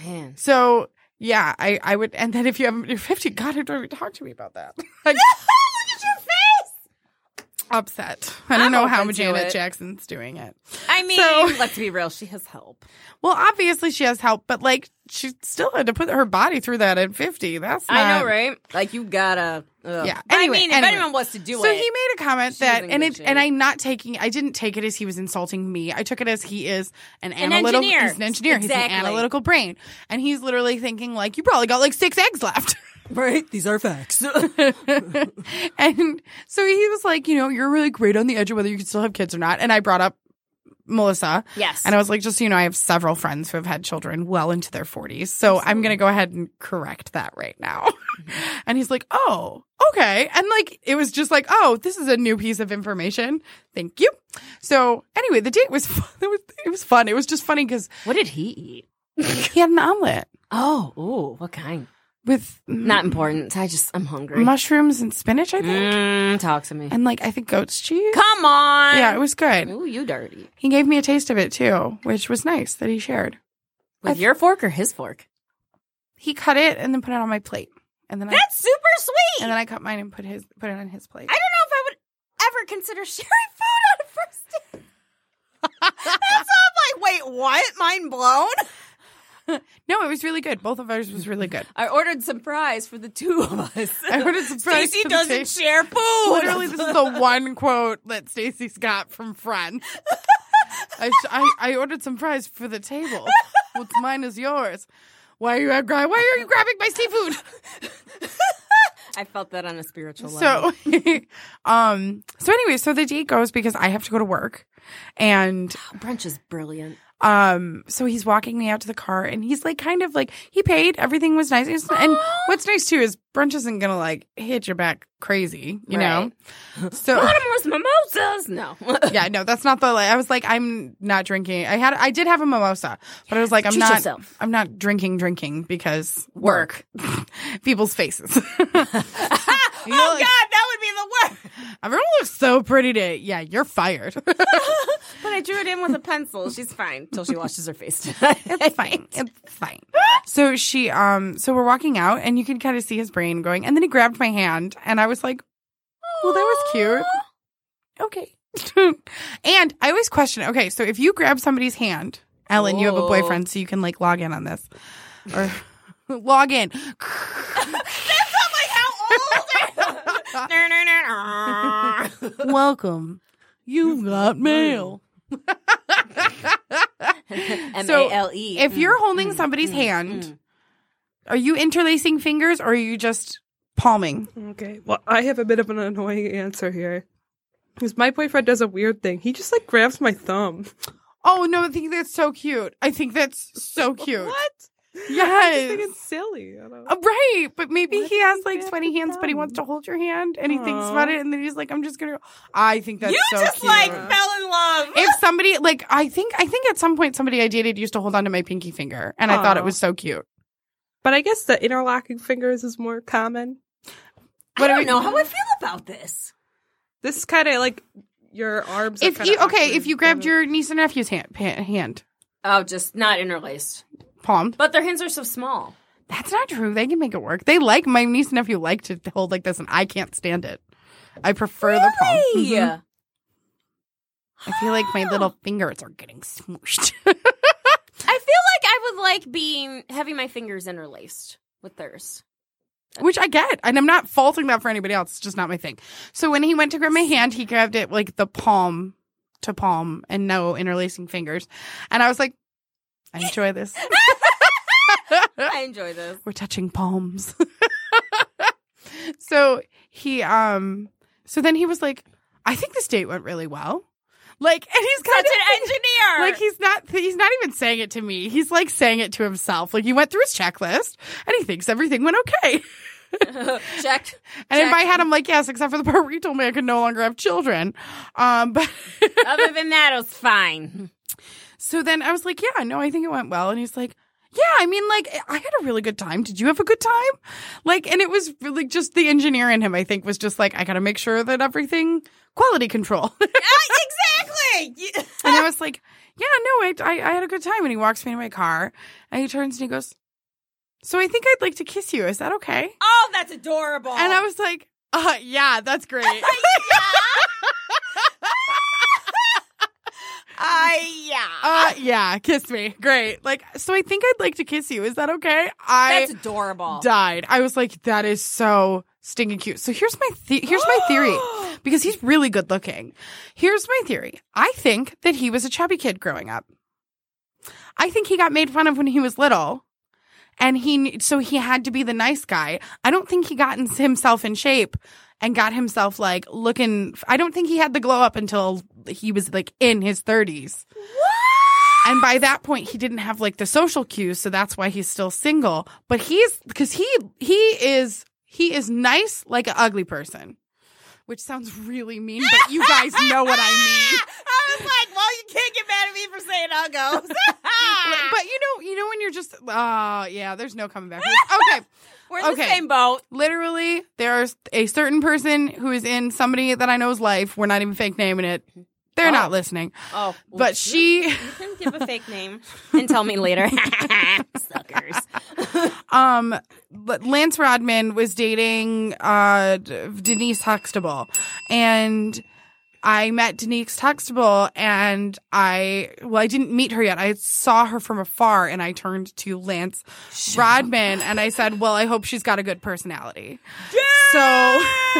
Man.
so yeah i i would and then if you haven't you're 50 god don't even talk to me about that like
Look at your face.
upset i don't
I'm
know how
open to
janet
it.
jackson's doing it
I mean,
So-
let's be real. She has help.
well obviously she has help but like she still had to put her body through that at 50 that's
I know,
not-
right? Um, Like you gotta. Ugh.
Yeah.
But
Anyway,
I mean,
anyway.
if anyone wants to do
so
it,
he made a comment
She
that
doesn't
and
give
it
a shit.
and i'm not taking i didn't take it as he was insulting me i took it as he is an,
An
analytical
engineer.
he's an engineer he's
Exactly.
an analytical brain and he's literally thinking like you probably got like six eggs left
right? These are facts.
and so he was like, you know, you're really great on the edge of whether you can still have kids or not. And I brought up Melissa.
Yes.
And I was like, just so you know, I have several friends who have had children well into their 40s. So I'm going to go ahead and correct that right now. and he's like, oh, okay. And like, it was just like, oh, this is a new piece of information. Thank you. So anyway, the date was fun. It was, it was fun. It was just funny because
what did he eat?
he had an omelet
Oh, ooh, what kind?
with
Not important. I just I'm hungry.
mushrooms and spinach, I think,
Mm, talk to me.
and like I think goat's cheese.
Come on.
Yeah, it was good.
Ooh, you dirty.
He gave me a taste of it too, which was nice that he shared.
With your fork or his fork?
He cut it and then put it on my plate, and then I
That's super sweet.
and then I cut mine and put his put it on his plate.
I don't know if I would ever consider sharing food on a first date. That's all like, wait, what? Mind blown?
no, it was really good. Both of ours was really good.
I ordered some fries for the two of us.
I ordered some fries
Stacey
for the
doesn't
two.
share food.
Literally, this is the one quote that Stacy's got from Friends. I, sh- I I ordered some fries for the table. What's mine is yours. Why are you uh, gra- Why are you grabbing my seafood?
I felt that on a spiritual level.
So, um, so anyway, so the date goes because I have to go to work, and
Brunch is brilliant.
um, so he's walking me out to the car, and he's like, kind of like he paid, everything was nice, It's- and what's nice too is brunch isn't gonna like hit your back crazy, you know. So
Bottomless mimosas. No.
yeah, no, that's not the. Like, I was like, I'm not drinking. I had, I did have a mimosa, but I was like, I'm
Treat
not,
yourself.
I'm not drinking, drinking because work, people's faces. You know,
oh
like,
God, that would be the worst.
Everyone looks so pretty today. Yeah, you're fired.
But I drew it in with a pencil. She's fine till she washes her face.
it's fine. It's fine. So she, um, so we're walking out, and you can kind of see his brain going, and then he grabbed my hand, and I was like, well, that was cute. Okay. and I always question, okay, so if you grab somebody's hand, Ellen, you have a
Whoa.
boyfriend, so you can like log in on this. Or log in.
How old?
Welcome. You've got mail.
M
So,
A L E.
If you're holding somebody's hand, are you interlacing fingers or are you just palming?
Okay. Well, I have a bit of an annoying answer here. Because my boyfriend does a weird thing. He just like grabs my thumb.
Oh no, I think that's so cute. I think that's so cute.
What? I just
Yes.
think it's silly. I don't-
Uh, right, but maybe
Why
he
does
has
he
like
grab
20
the
hands, but he
thumb?
wants to hold your hand and he thinks
Aw.
about it and then he's like, I'm just gonna. I think that's
you
so
just
cute.
like fell in love.
if somebody like I think I think at some point somebody I dated used to hold onto my pinky finger and I thought it
Aw.
was so cute.
But I guess the interlocking fingers is more common.
I don't know how I feel about this.
This is kind of like your arms. are
If
kinda
you okay,
awkward.
if you grabbed your niece and nephew's hand, pa- hand
Oh, just not interlaced.
palm,
But their hands are so small.
that's not true. They can make it work. They like my niece and nephew like to hold like this, and I can't stand it. I prefer the palm. Mhm.
Yeah.
I feel like my little fingers are getting smooshed.
I feel like I would like being having my fingers interlaced with theirs.
Which I get, and I'm not faulting that for anybody else. It's just not my thing. So when he went to grab my hand, he grabbed it like the palm to palm and no interlacing fingers, and I was like, I enjoy this.
I enjoy this.
We're touching palms. so he, um, so then he was like, I think this date went really well. Like, and he's kind
Such
of
an
thinking-
engineer.
like he's not he's not even saying it to me. He's like saying it to himself. Like he went through his checklist and he thinks everything went okay.
check.
And in
Check.
my head, I'm like, yes, except for the part where you told me I could no longer have children. Um, but
Other than that, it was fine.
so then I was like, yeah, no, I think it went well. And he's like, yeah, I mean, like, I had a really good time. Did you have a good time? Like, and it was really just the engineer in him, I think, was just like, I got to make sure that everything quality control.
Ah, exactly.
and I was like, yeah, no, I, I, I had a good time. And he walks me to my car and he turns and he goes, so I think I'd like to kiss you. Is that okay?
Oh, that's adorable.
And I was like, uh, yeah, that's great.
I yeah.
uh yeah kiss me great like so i think i'd like to kiss you is that okay i
That's adorable.
died i was like that is so stinking cute so here's my the- here's my theory because he's really good looking here's my theory i think that he was a chubby kid growing up i think he got made fun of when he was little and he kn- so he had to be the nice guy i don't think he got in- himself in shape and got himself like looking i don't think he had the glow up until he was like in his 30s and by that point, he didn't have like the social cues, so that's why he's still single. But he's because he he is he is nice like an ugly person, which sounds really mean, but you guys know what I mean.
I was like, well, you can't get mad at me for saying I'll go.
but you know, you know when you're just oh yeah, there's no coming back. Okay.
We're in
Okay.
the same boat.
Literally, there's a certain person who is in somebody that I know's life. We're not even fake naming it. They're not listening.
Oh,
But she
You can give a fake name and tell me later. Suckers.
um but Lance Rodman was dating uh D- Denise Huxtable and I met Denise Huxtable and I well I didn't meet her yet. I saw her from afar and I turned to Lance Rodman and I said, "Well, I hope she's got a good personality." So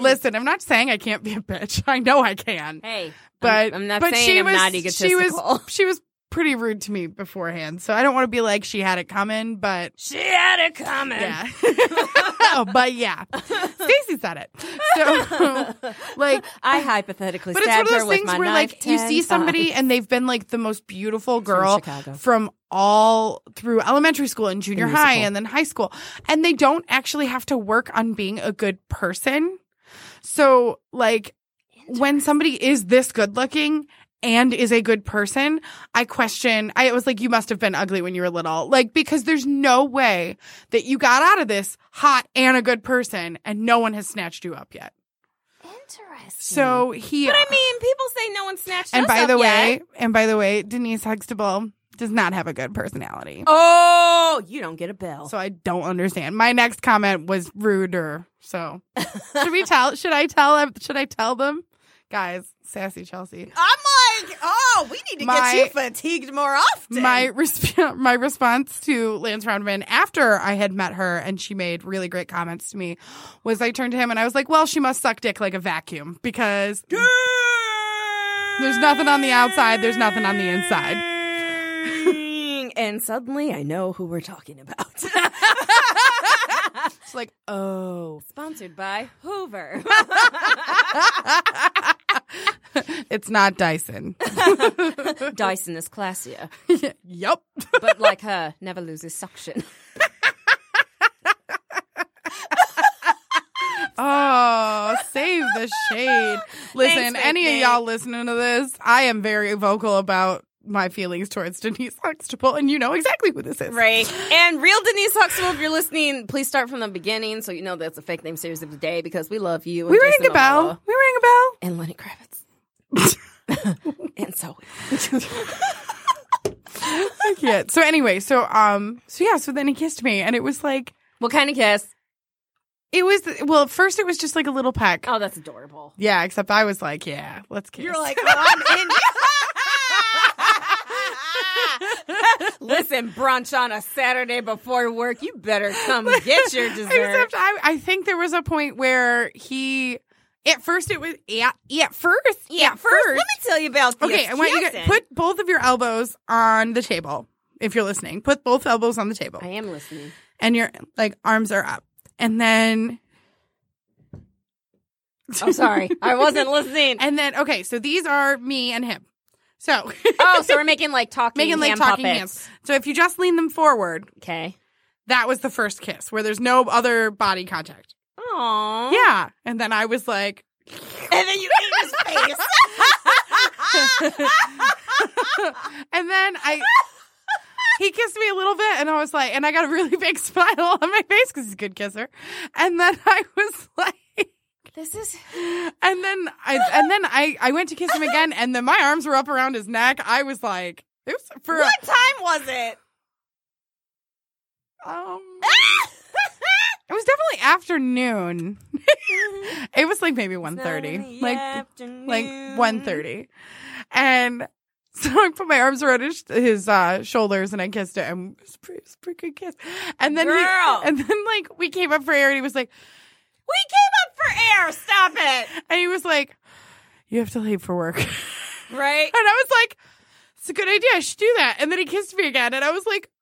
Listen, I'm not saying I can't be a bitch. I know I can
Hey,
but
I'm, I'm not
but
saying
she
I'm
was,
not egotistical.
She was she was pretty rude to me beforehand, so I don't want to be like she had it coming, but
She had it coming.
yeah, oh, but yeah, Stacey said it. So like.
I hypothetically
But it's one
stabbed
of
her
those
with
things
my
where,
knife
like, you
10
see somebody
times.
and they've been like the most beautiful girl
Chicago.
from all through elementary school and junior high and then high school, and they don't actually have to work on being a good person. So, like, when somebody is this good looking and is a good person, I question. I was like, you must have been ugly when you were little, like because there's no way that you got out of this hot and a good person, and no one has snatched you up yet.
Interesting.
So he.
But I mean, people say no one snatched
and
us
by
up
the way,
yet.
and by the way, Denise Huxtable does not have a good personality.
oh, you don't get a bell.
So I don't understand. My next comment was ruder. So should we tell? Should I tell? Should I tell them, guys? Sassy Chelsea.
I'm like, oh, we need to
My-
get you fatigued more often.
my resp- my response to Lance Rodman after I had met her and she made really great comments to me was I turned to him and I was like, "Well, she must suck dick like a vacuum because there's nothing on the outside, there's nothing on the inside."
and suddenly I know who we're talking about.
It's like, "Oh,
Sponsored by Hoover.
it's not Dyson."
Dyson is classier,
yep.
but like her, never loses suction.
Oh, save the shade. Listen,
Thanks, Fake
any
Nate.
of y'all listening to this, I am very vocal about my feelings towards Denise Huxtable, and you know exactly who this is.
Right. And real Denise Huxtable, if you're listening, please start from the beginning so you know that's a fake name series of the day because we love you. and
We rang
Jason
a bell.
Momoa
We rang a bell.
And Lenny Kravitz. and so
Yeah. So anyway, so um, so yeah, so then he kissed me, and it was like
What kind of kiss?
it was well. At first, it was just like a little peck.
Oh, that's adorable.
Yeah, except I was like, yeah, let's kiss.
You're like, "Oh, I'm in you. Listen, brunch on a Saturday before work. You better come get your dessert.
Except I, I think there was a point where he. At first, it was yeah. At first, at
let me tell you about this.
Okay, I want you to
kissing.
put both of your elbows on the table if you're listening. Put both elbows on the table,
I am listening.
and your like arms are up, and then
I'm Oh, sorry, I wasn't listening.
and then okay. So these are me and him. So
Oh, so we're making like talking,
making like
hand
talking
puppets.
hands. So if you just lean them forward,
Okay.
that was the first kiss where there's no other body contact.
Aww.
Yeah. And then I was like,
And then you ate his face.
and then I. He kissed me a little bit, and I was like, and I got a really big smile on my face because he's a good kisser. And then I was like,
this is
and then I, and then I, I went to kiss him again, and then my arms were up around his neck. I was like, it was for
what time was it?
um, it was definitely afternoon. it was like maybe one thirty, like like
Mm.
1.30 and so i put my arms around his, his uh, shoulders and i kissed him and it was a pretty, it was a pretty good kiss and then
Girl.
he and then like we came up for air and he was like
We came up for air. Stop it.
and he was like you have to leave for work and
Right?
i was like it's a good idea i should do that and then he kissed me again and i was like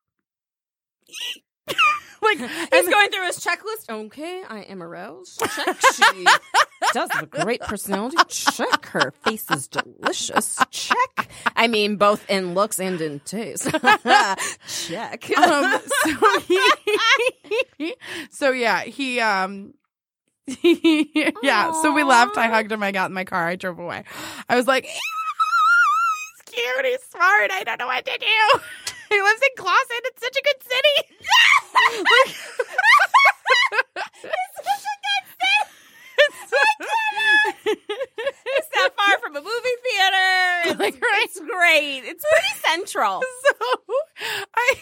like
He's
and
going through his checklist. Okay, I am aroused. Check. She does have a great personality. Check. Her face is delicious. Check. I mean, both in looks and in taste. Check.
um, so he, so yeah, he um yeah. So we left. I hugged him. I got in my car. I drove away. I was like, he's cute. He's smart. I don't know what to do. He lives in Clawson. It's such a good city.
It's not far from a movie theater. It's,
Like, right?
it's great. It's pretty central.
so I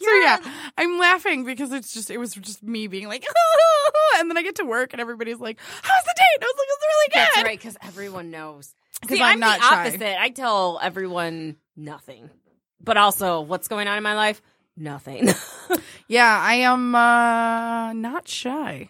so yeah, I'm laughing because it's just it was just me being like, and then I get to work and everybody's like, "How's the date?" And I was like, "It was really good."
That's right, because everyone knows.
'Cause
See,
I'm
I'm,
not
the
shy.
opposite. I tell everyone nothing, but also what's going on in my life, nothing.
Yeah, I am uh, not shy.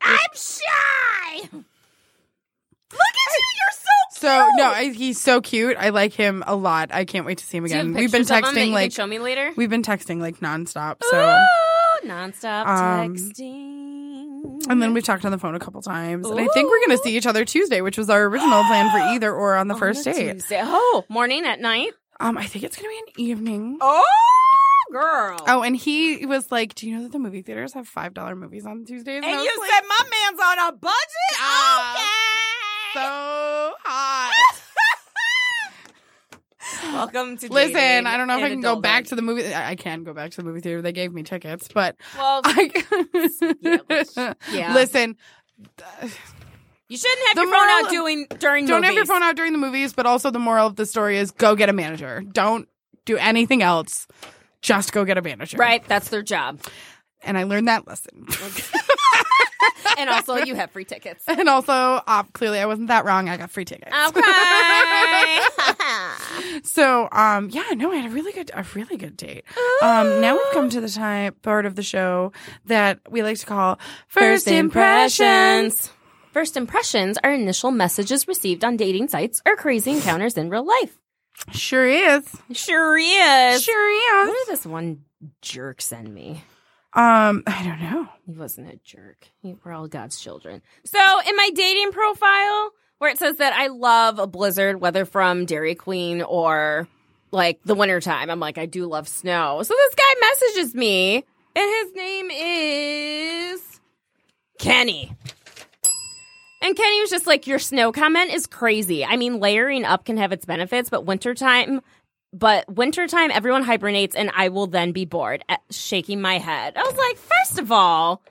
I'm shy. Look at you. You're so.
So no, I, he's so cute. I like him a lot. I can't wait to see him
Do you have
again. We've been
pictures of 'em that
texting
you
like
can show me later.
we've been texting like nonstop. So
oh, nonstop
Um,
texting.
and then we've talked on the phone a couple times, and I think we're gonna see each other Tuesday, which was our original plan for either or on the first
On a
date.
Tuesday. Oh, morning at night.
Um, I think it's gonna be an evening.
Oh, girl.
Oh, and he was like, "Do you know that the movie theaters have five dollar movies on Tuesdays?" I was like,
my man's on a budget. Okay.
"So hot."
Welcome to
Listen, I don't know if I can go back to the movie. I I can go back to the movie theater. They gave me tickets, but
Well,
I.
which- yeah.
Listen,
you shouldn't have
The
your phone
moral
out
of-
doing during.
don't have your
movies.
phone out during the movies. But also, the moral of the story is go get a manager. Don't do anything else. Just go get a manager.
Right, that's their job.
And I learned that lesson.
And also, you have free tickets.
and also, uh, clearly, I wasn't that wrong. I got free tickets.
Okay.
So, um, yeah, no, I had a really good, a really good date. Um, now we've come to the time part of the show that we like to call first, impressions.
First impressions are initial messages received on dating sites or crazy encounters in real life.
Sure is,
Sure is.
sure
What
is.
did this one jerk send me?
Um, I don't know.
He wasn't a jerk. He- We're all God's children. So, in my dating profile, where it says that I love a blizzard, whether from Dairy Queen or like the wintertime, I'm like, I do love snow. So, this guy messages me, and his name is Kenny. And Kenny was just like, Your snow comment is crazy. I mean, layering up can have its benefits, but wintertime. But wintertime, everyone hibernates, and I will then be bored, eh, shaking my head. I was like, first of all,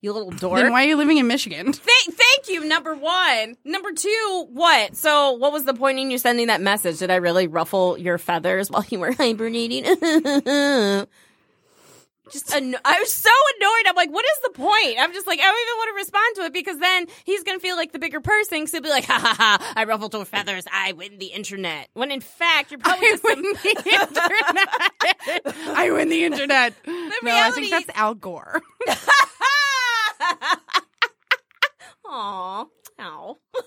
you little dork.
Then why are you living in Michigan?
Thank, thank you. Number one. Number two. What? So, what was the point in you sending that message? Did I really ruffle your feathers while you were hibernating? just, anno- I was so annoyed. I'm like, what is the point? I'm just like, I don't even want to respond to it because then he's gonna feel like the bigger person. So he'll be like, ha ha ha! I ruffled your feathers. I win the internet. When in fact, you're probably
I
just
win
some-
the internet. I win the internet. no, I
reality-
think that's Al Gore.
Aw. Ow.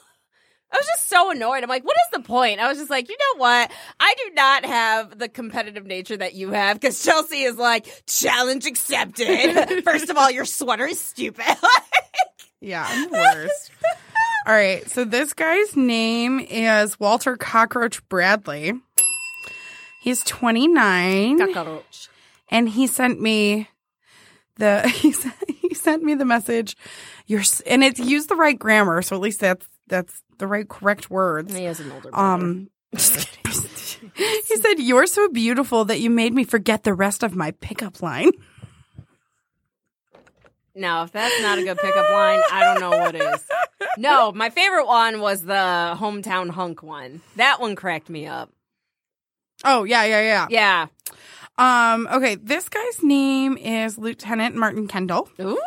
I was just so annoyed. I'm like, what is the point? I was just like, you know what? I do not have the competitive nature that you have because Chelsea is like, challenge accepted. First of all, your sweater is stupid.
Yeah, I'm the worst. All right, so this guy's name is Walter Cockroach Bradley. He's 29.
Cockroach.
and he sent me the he sent, he sent me the message your s- and it's used the right grammar so at least that's that's the right correct words
He has an older brother.
um he said you're so beautiful that you made me forget the rest of my pickup line
No, if that's not a good pickup line, I don't know what is. No, my favorite one was the hometown hunk one. That one cracked me up.
oh yeah yeah yeah
Yeah.
um okay this guy's name is lieutenant martin kendall
Ooh.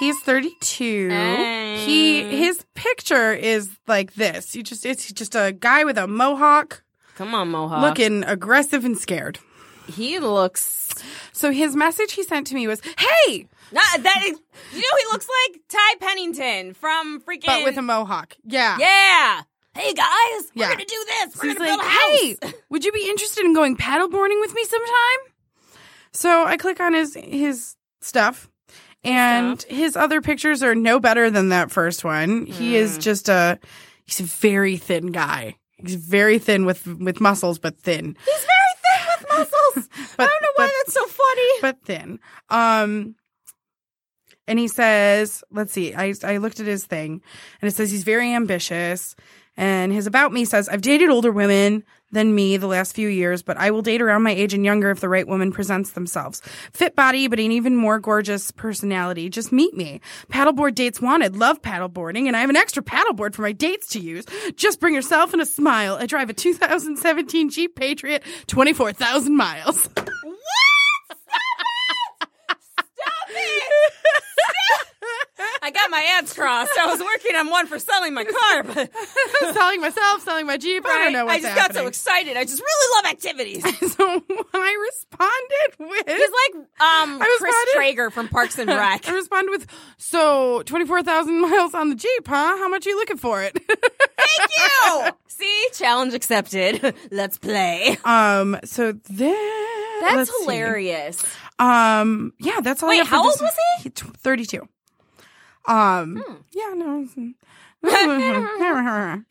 He's 32.
Hey.
He his picture is like this. You just it's just a guy with a mohawk
Come on, Mohawk.
looking aggressive and scared.
He looks.
So his message he sent to me was, "Hey,
Not that is. You know, he looks like Ty Pennington from freaking.
but with a mohawk." Yeah.
Yeah. Hey guys,
Yeah.
we're gonna do this. We're
She's
gonna
like,
build a house.
"Hey, would you be interested in going paddleboarding with me sometime?" So I click on his his stuff, and his other pictures are no better than that first one. He
Hmm.
is just a he's a very thin guy. He's very thin with with muscles, but thin.
He's very thin with muscles.
But,
I don't know why
but-
that's so funny.
but thin. Um, And he says, let's see, I, I looked at his thing and it says he's very ambitious. And his about me says, I've dated older women than me the last few years, but I will date around my age and younger if the right woman presents themselves. Fit body, but an even more gorgeous personality. Just meet me. Paddleboard dates wanted. Love paddleboarding, and I have an extra paddleboard for my dates to use. Just bring yourself and a smile. I drive a 2017 Jeep Patriot, 24,000 miles.
I got my ads crossed. I was working on one for selling my car, but
selling myself, selling my Jeep. I don't know what's
I just got so
happening.
excited. I just really love activities. He's
so I responded with
like um,
was
Chris
not in-
Traeger from Parks and Rec.
I responded with, so 24,000 miles on the Jeep, huh? How much are you looking for it?
Ew! See, challenge accepted. Let's play.
um, so then.
That's
let's see.
hilarious.
Um, yeah, that's all I
Wait,
have for
how
this
old was Hmm.
he? 32. Um, yeah, no.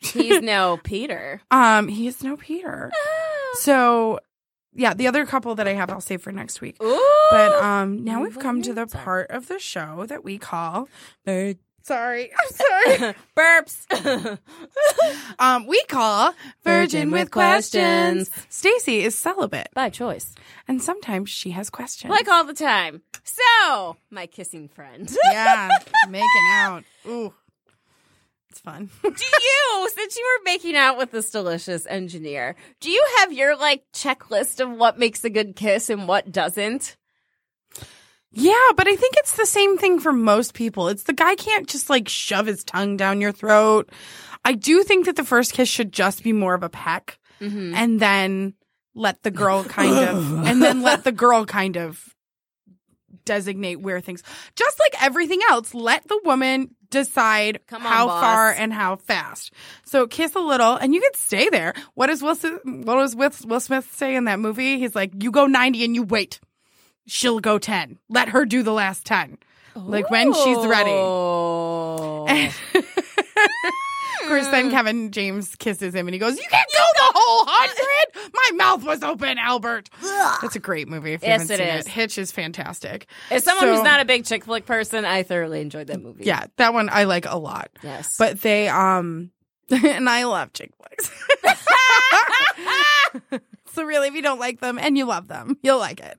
He's no Peter.
um, he is no Peter. so, yeah, the other couple that I have, I'll save for next week.
Ooh.
But um, now we've come to the part of the show that we call. Sorry, I'm sorry.
Burps.
um, we call Virgin,
Virgin
with
with Questions.
Questions. Stacy is celibate,
By choice.
and sometimes she has questions.
Like all the time. So, my kissing friend.
yeah, making out. Ooh, it's fun.
do you, since you were making out with this delicious engineer, do you have your like checklist of what makes a good kiss and what doesn't?
yeah, but I think it's the same thing for most people. It's the guy can't just like shove his tongue down your throat. I do think that the first kiss should just be more of a peck.
Mm-hmm.
and then let the girl kind of and then let the girl kind of designate where things just like everything else let the woman decide
Come on,
how
boss.
far and how fast so kiss a little and you can stay there what does will, Smith- what does will, will smith say in that movie he's like you go 90 and you wait she'll go 10 let her do the last 10 like when she's
Oh.
ready
ready.
Of course,
Mm.
then Kevin James kisses him and he goes, You can't go the whole hundred! My mouth was open, Albert. That's a great movie. If you
Yes,
haven't
it
seen
is.
It. Hitch is fantastic.
As someone
So-
who's not a big chick flick person, I thoroughly enjoyed that movie.
Yeah, that one I like a lot.
Yes.
But they, um, and I love chick flicks. so, really, if you don't like them and you love them, you'll like it.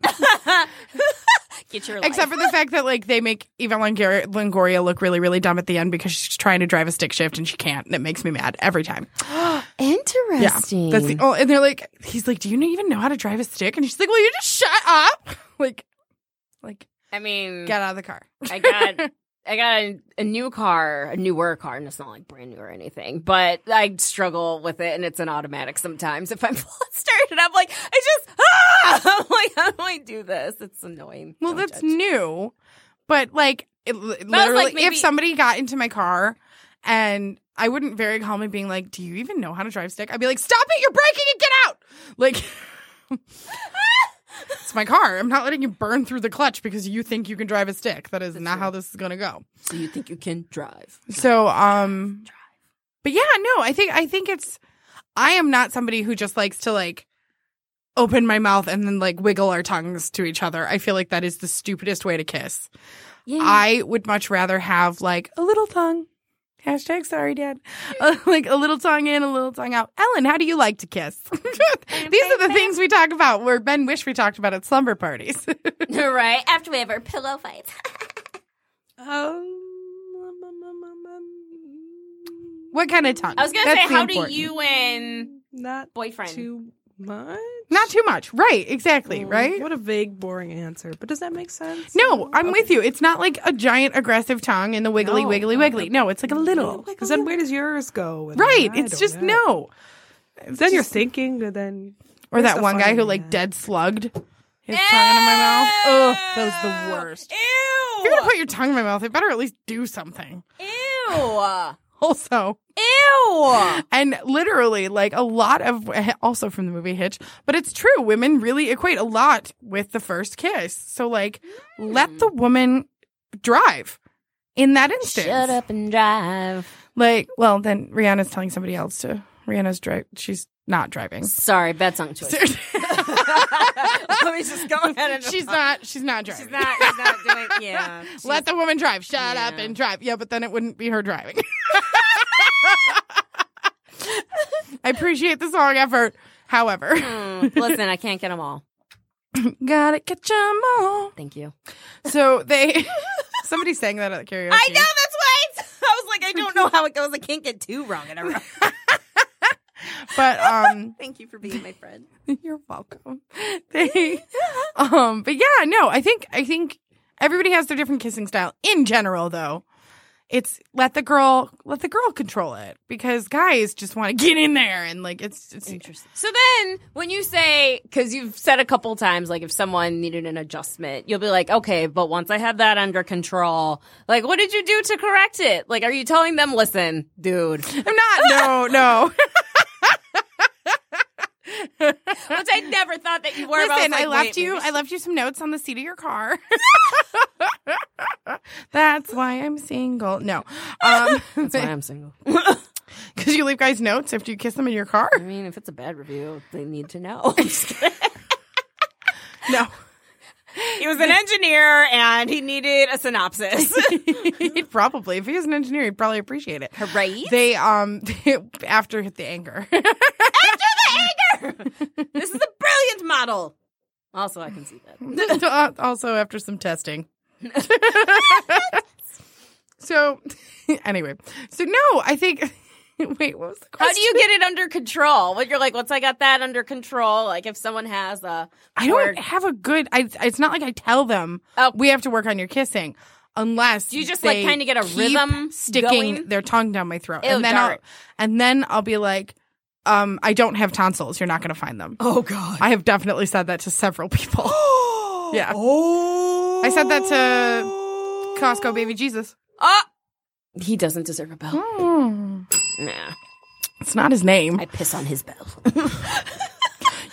get your life.
Except for the fact that, like, they make Eva Longoria, Longoria look really, really dumb at the end because she's trying to drive a stick shift and she can't. And it makes me mad every time.
interesting.
Yeah, that's the, oh, and they're like, he's like, do you even know how to drive a stick? And she's like, well, you just shut up, like, like
I mean,
get out of the car.
I got I got a, a new car, a newer car, and it's not like brand new or anything. But I struggle with it, and it's an automatic sometimes if I'm flustered, and I'm like, I just ah! I'm like, how do I do this? It's annoying.
Well,
Don't
that's
judge.
new, but like, it, li- literally,
maybe-
if somebody got into my car and I wouldn't very calmly being like, do you even know how to drive stick? I'd be like, stop it, you're breaking it, get out. Like, it's my car. I'm not letting you burn through the clutch because you think you can drive a stick. That is not how this is gonna go.
So you think you can drive?
So um But yeah, no, I think I think it's I am not somebody who just likes to like open my mouth and then like wiggle our tongues to each other. I feel like that is the stupidest way to kiss. I would much rather have like a little tongue. Hashtag sorry, Dad. Uh, like a little tongue in, a little tongue out. Ellen, how do you like to kiss? These are the things we talk about where Ben wish we talked about at slumber parties.
right after we have our pillow fights.
"Um, mm,
what kind of tongue?
I was gonna
That's
say,
the
how
important.
do you and
Not
boyfriend?
too much.
Not too much. Right, exactly,
Oh,
right?
What a vague, boring answer. But does that make sense?
No, I'm with you. It's not like a giant aggressive tongue and the wiggly,
No.
wiggly, wiggly. No, it's like a little.
Because then where does yours go? And
Right.
I
It's
don't
just
know.
no.
Then you're thinking, and then
Or that
the
one guy
fun
who
in
like
that?
dead slugged his tongue in my mouth. Ugh, that was the worst.
Ew!
If you're gonna put your tongue in my mouth, it better at least do something. Also,
Ew! Ew!
and literally, like a lot of also from the movie Hitch, but it's true. Women really equate a lot with the first kiss. So like,
Hmm.
let the woman drive in that instance.
Shut up and drive.
Like, well, then Rihanna's telling somebody else to. Rihanna's drive. She's not driving.
Sorry, bad song choice. Let me just go ahead and.
she's not. She's not driving.
She's not. She's not doing. Yeah.
Let the woman drive. Shut up
Yeah.
and drive. Yeah, but then it wouldn't be her driving. I appreciate the song effort. However,
Mm, listen, I can't get them all.
gotta catch 'em all.
Thank you.
So they, somebody sang that at karaoke.
I know. That's why it's, I was like, I don't know how it goes. I can't get two wrong in a row.
but um,
Thank you for being my friend.
you're welcome. They, um, but yeah, no, I think I think everybody has their different kissing style. In general, though, it's let the girl let the girl control it because guys just want to get in there and like it's it's interesting.
So then, when you say, because you've said a couple times, like if someone needed an adjustment, you'll be like, okay, but once I had that under control, like, what did you do to correct it? Like, are you telling them, listen, dude?
I'm not. Ah, No, no.
Which I never thought that you were. but
Listen,
was
I
like,
left
wait,
you.
maybe
I left you some notes on the seat of your car. That's why I'm single. No, um,
That's why I'm single.
because you leave guys notes after you kiss them in your car.
I mean, if it's a bad review, they need to know. I'm just kidding.
No,
he was an engineer and he needed a synopsis.
he'd probably, if he was an engineer, he'd probably appreciate it.
right?
They um after hit the anger.
This is a brilliant model. Also, I can see that.
also after some testing. so anyway, so no, I think. Wait, what was the question?
How do you get it under control? When you're like, once I got that under control, like if someone has a,
I don't
Or-
have a good. I, it's not like I tell them
Oh.
we have to work on your kissing, unless
Do you just, like,
they
kinda get a
keep
rhythm
sticking
going?
their tongue down my throat,
Ew,
and then
dark.
I'll and then I'll be like, um, I don't have tonsils. You're not going to find them.
oh god,
I have definitely said that to several people. yeah,
Oh.
I said that to Costco baby Jesus.
he doesn't deserve a bell. Hmm. Nah,
It's not his name.
I piss on his bell.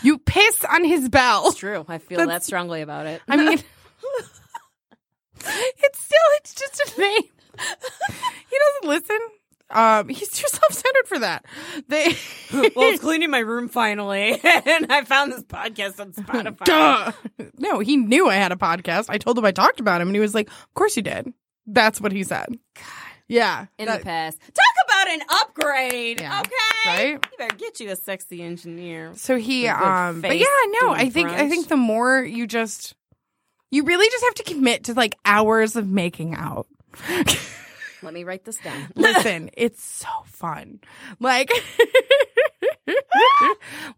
you piss on his bell.
True, I feel that strongly about it.
I mean, it's still it's just a name. he doesn't listen. Um, he's too self-centered for that. They,
well, I was cleaning my room finally, and I found this podcast on Spotify.
duh. No, he knew I had a podcast. I told him I talked about him, and he was like, "Of course you did." That's what he said. Yeah,
In
that-
the past, talk about an upgrade.
Yeah, right?
okay, You better get you a sexy engineer.
So he,
With their
um, but
face
yeah, no,
doing
I think I
brunch.
think the more you just, you really just have to commit to like hours of making out.
Let me write this down.
Listen, it's so fun. Like,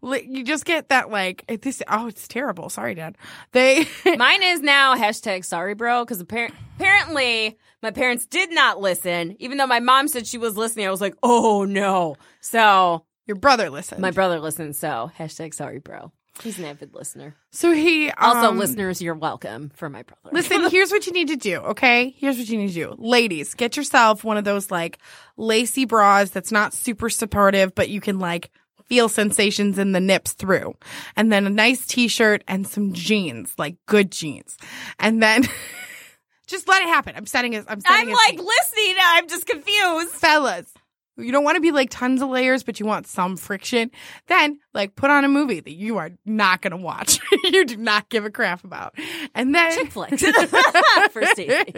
like, you just get that like this. Oh, it's terrible. Sorry, Dad. They
Mine is now hashtag sorry, bro, because appar- apparently my parents did not listen. Even though my mom said she was listening, I was like, oh no. So
your brother listened.
my brother listened. So hashtag sorry, bro. He's an avid listener.
So he
Also,
um,
listeners, you're welcome for my brother.
Listen, here's what you need to do, okay? Here's what you need to do. Ladies, get yourself one of those like lacy bras that's not super supportive, but you can like feel sensations in the nips through. And then a nice t shirt and some jeans, like good jeans. And then just let it happen. I'm setting it. I'm setting
I'm
a
like
scene.
listening. I'm just confused.
fellas. You don't want to be like tons of layers, but you want some friction. Then, like, put on a movie that you are not going to watch. you do not give a crap about. And then,
Chick flicks. First date.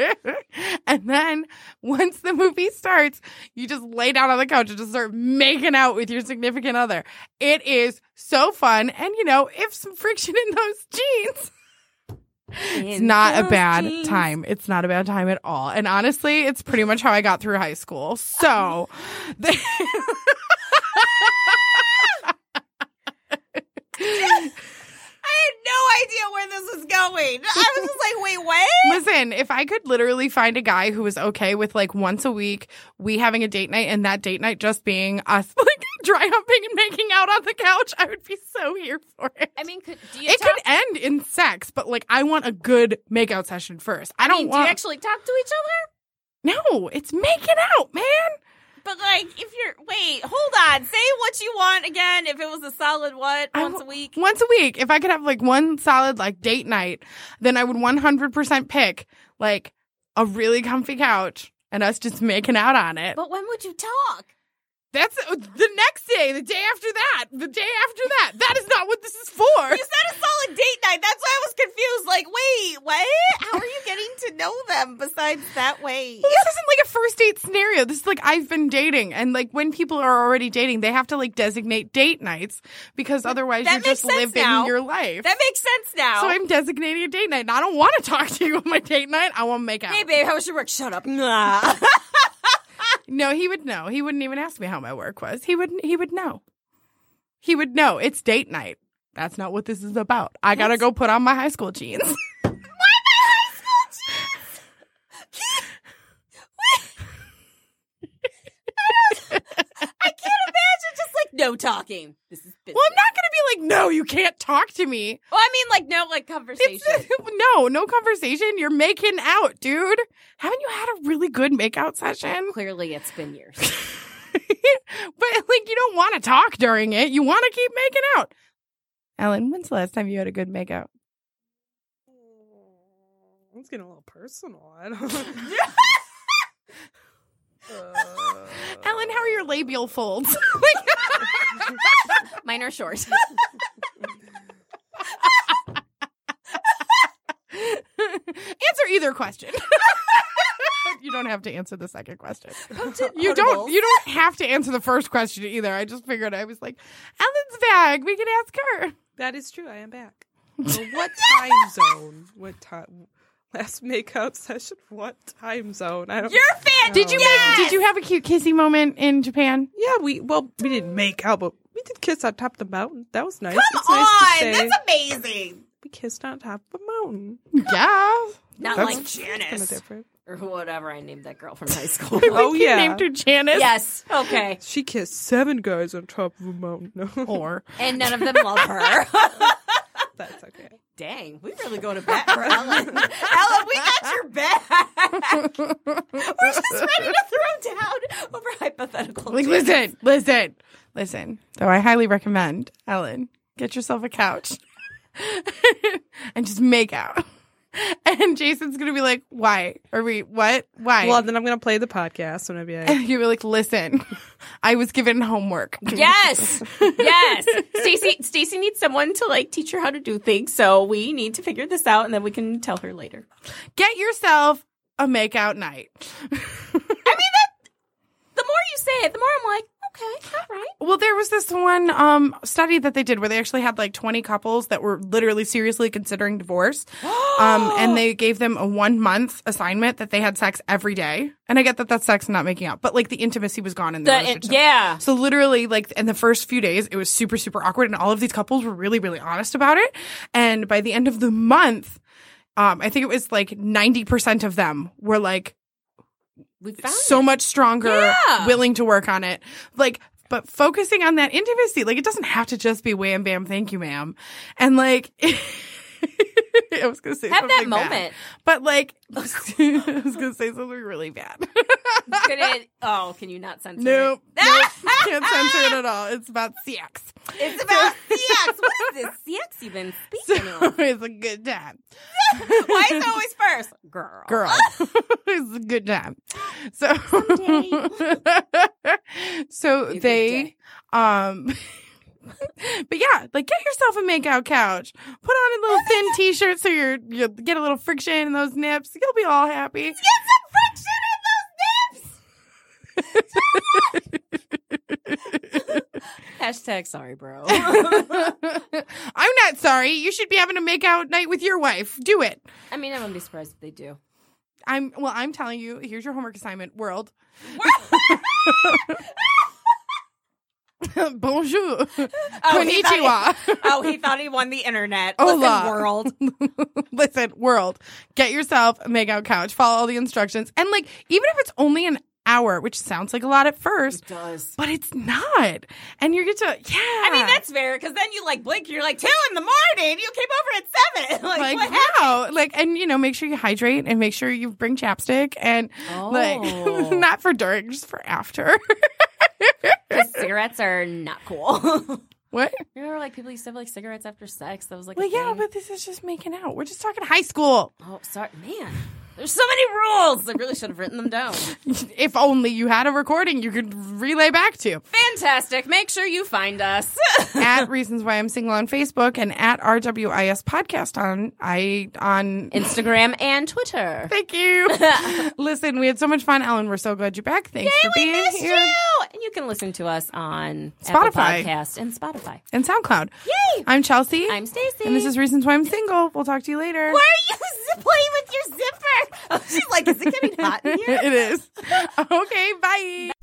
and then once the movie starts, you just lay down on the couch and just start making out with your significant other. It is so fun. And you know, if some friction in those jeans, it's not a bad time. It's not a bad time at all. And honestly, it's pretty much how I got through high school. So they-
I had no idea where this was going. I was just like, wait, what?
listen, if I could literally find a guy who was okay with like once a week, we having a date night and that date night just being us like dry humping and making out on the couch, I would be so here for it.
I mean, could, do you
it
talk-
could end in sex, but like I want a good makeout session first. I
I
don't
mean, do
want
you actually talk to each other?
no. It's making out, man.
But like, if you're wait, hold on. Say what you want again. If it was a solid what
I
once
w-
a week.
Once a week, if I could have like one solid like date night, then I would one hundred percent pick like a really comfy couch and us just making out on it.
But when would you talk?
That's uh, the next day, the day after that, the day after that. That is not what this is for.
You said a solid date night. That's why I was confused. Like, wait, what? How are you getting to know them besides that way?
Well, this isn't like a first date scenario. This is like I've been dating, and like when people are already dating, they have to like designate date nights because otherwise
that
you're just
makes sense
living
now.
your life.
That makes sense now.
so I'm designating a date night, and I don't want to talk to you on my date night. I want to make out.
hey, babe, how was your work? Shut up. Nah.
No, he would know. He wouldn't even ask me how my work was. He would he would know. He would know. It's date night. That's not what this is about. I gotta go put on my high school jeans.
I can't imagine just like no talking. This is business.
well, I'm not gonna be like, no, you can't talk to me.
Well, I mean, like no, like conversation.
It's, no, no conversation. You're making out, dude. Haven't you had a really good makeout session?
Clearly, it's been years.
but like, you don't want to talk during it. You want to keep making out. Ellen, when's the last time you had a good makeout?
It's getting a little personal. I don't. Uh,
Ellen, how are your labial folds?
Mine are short.
answer either question. you don't have to answer the second question.
Potent
You don't.
potables.
You don't have to answer the first question either. I just figured I was like, Ellen's back. We can ask her.
that is true. I am back. Well, what time zone? What time? Last makeout session. What time zone? I don't.
You're fan.
Did you make? Did you have a cute kissy moment in Japan?
yeah, we well, we didn't make out, but we did kiss on top of the mountain. That was nice.
Come
it's
on,
nice to say
that's amazing.
we kissed on top of a mountain.
Yeah.
Not
That's-
like
Kind of
Janice
different.
or whatever I named that girl from high school.
Oh
You
yeah,
named her Janice.
yes. Okay.
she kissed seven guys on top of a mountain.
Oh.
No,
Or
And none of them love her.
that's okay.
Dang, we really go to bat for Ellen. Ellen, we got your back. We're just ready to throw down over hypothetical.
like,
Janice.
listen, listen, listen. Though I highly recommend Ellen get yourself a couch and just make out. And Jason's gonna be like, "Why are we? What? Why?"
Well, then I'm gonna play the podcast, and I'll be like,
you were like, listen, I was given homework.
Yes. Yes. Stacy Stacy needs someone to like teach her how to do things, so we need to figure this out and then we can tell her later.
Get yourself a makeout night.
I mean that the more you say it, the more I'm like, okay, all right.
well, there was this one um, study that they did where they actually had like 20 couples that were literally seriously considering divorce. um, and they gave them a one month assignment that they had sex every day. And I get that that's sex and not making out, but like the intimacy was gone in the, relationship.
yeah.
So literally, like in the first few days, it was super, super awkward, and all of these couples were really, really honest about it. And by the end of the month, um, I think it was like ninety percent of them were like
We found
so much stronger,
Yeah.
willing to work on it. Like, but focusing on that intimacy, like it doesn't have to just be wham bam, thank you, ma'am. And like, I was gonna say
Have that
something bad,
moment.
but like, I was gonna say something really bad.
Could it, oh, can you not censor
nope,
it?
nope, can't censor it at all. It's about sex.
It's about CX. What is this CX even speaking of?
it's a good time.
Why is it always first? Girl.
Girl. it's a good time. So So
good
they
day.
um But yeah, like get yourself a makeout couch. Put on a little thin t-shirt so you're you'll get a little friction in those nips. You'll be all happy.
Get some friction in those nips. Hashtag sorry, bro.
I'm not sorry. You should be having a makeout night with your wife. Do it.
I mean, I wouldn't be surprised if they do.
I'm well, I'm telling you, here's your homework assignment, world. Bonjour. Konnichiwa.
oh, he thought he won the internet.
Hola.
Listen, world.
Listen, world, get yourself a makeout couch, follow all the instructions. And like, even if it's only an hour, which sounds like a lot at first,
does.
but it's not. And you get to, yeah.
I mean, that's fair because then you like blink, you're like two in the morning. You came over at seven. like,
like,
what happened?
wow. Like, and you know, make sure you hydrate and make sure you bring chapstick and
Oh.
like, not for during, just for after.
Cigarettes are not cool.
what?
Remember, like people used to have like cigarettes after sex. That was like,
Well, yeah, but this is just making out. We're just talking high school.
oh, sorry, man. There's so many rules. I really should have written them down.
If only you had a recording you could relay back to.
Fantastic. Make sure you find us.
at Reasons Why I'm Single on Facebook and at RWIS Podcast on I on
Instagram and Twitter.
Thank you. Listen, we had so much fun, Ellen. We're so glad you're back. Thanks for
we
being
missed
here.
you. And you can listen to us on Apple
Spotify.
Podcast and Spotify.
And SoundCloud.
Yay!
I'm Chelsea.
I'm Stacey.
And this is Reasons Why I'm Single. We'll talk to you later.
Why are you z- playing with your zipper? I was just like, is it getting hot in here?
it is. Okay, bye.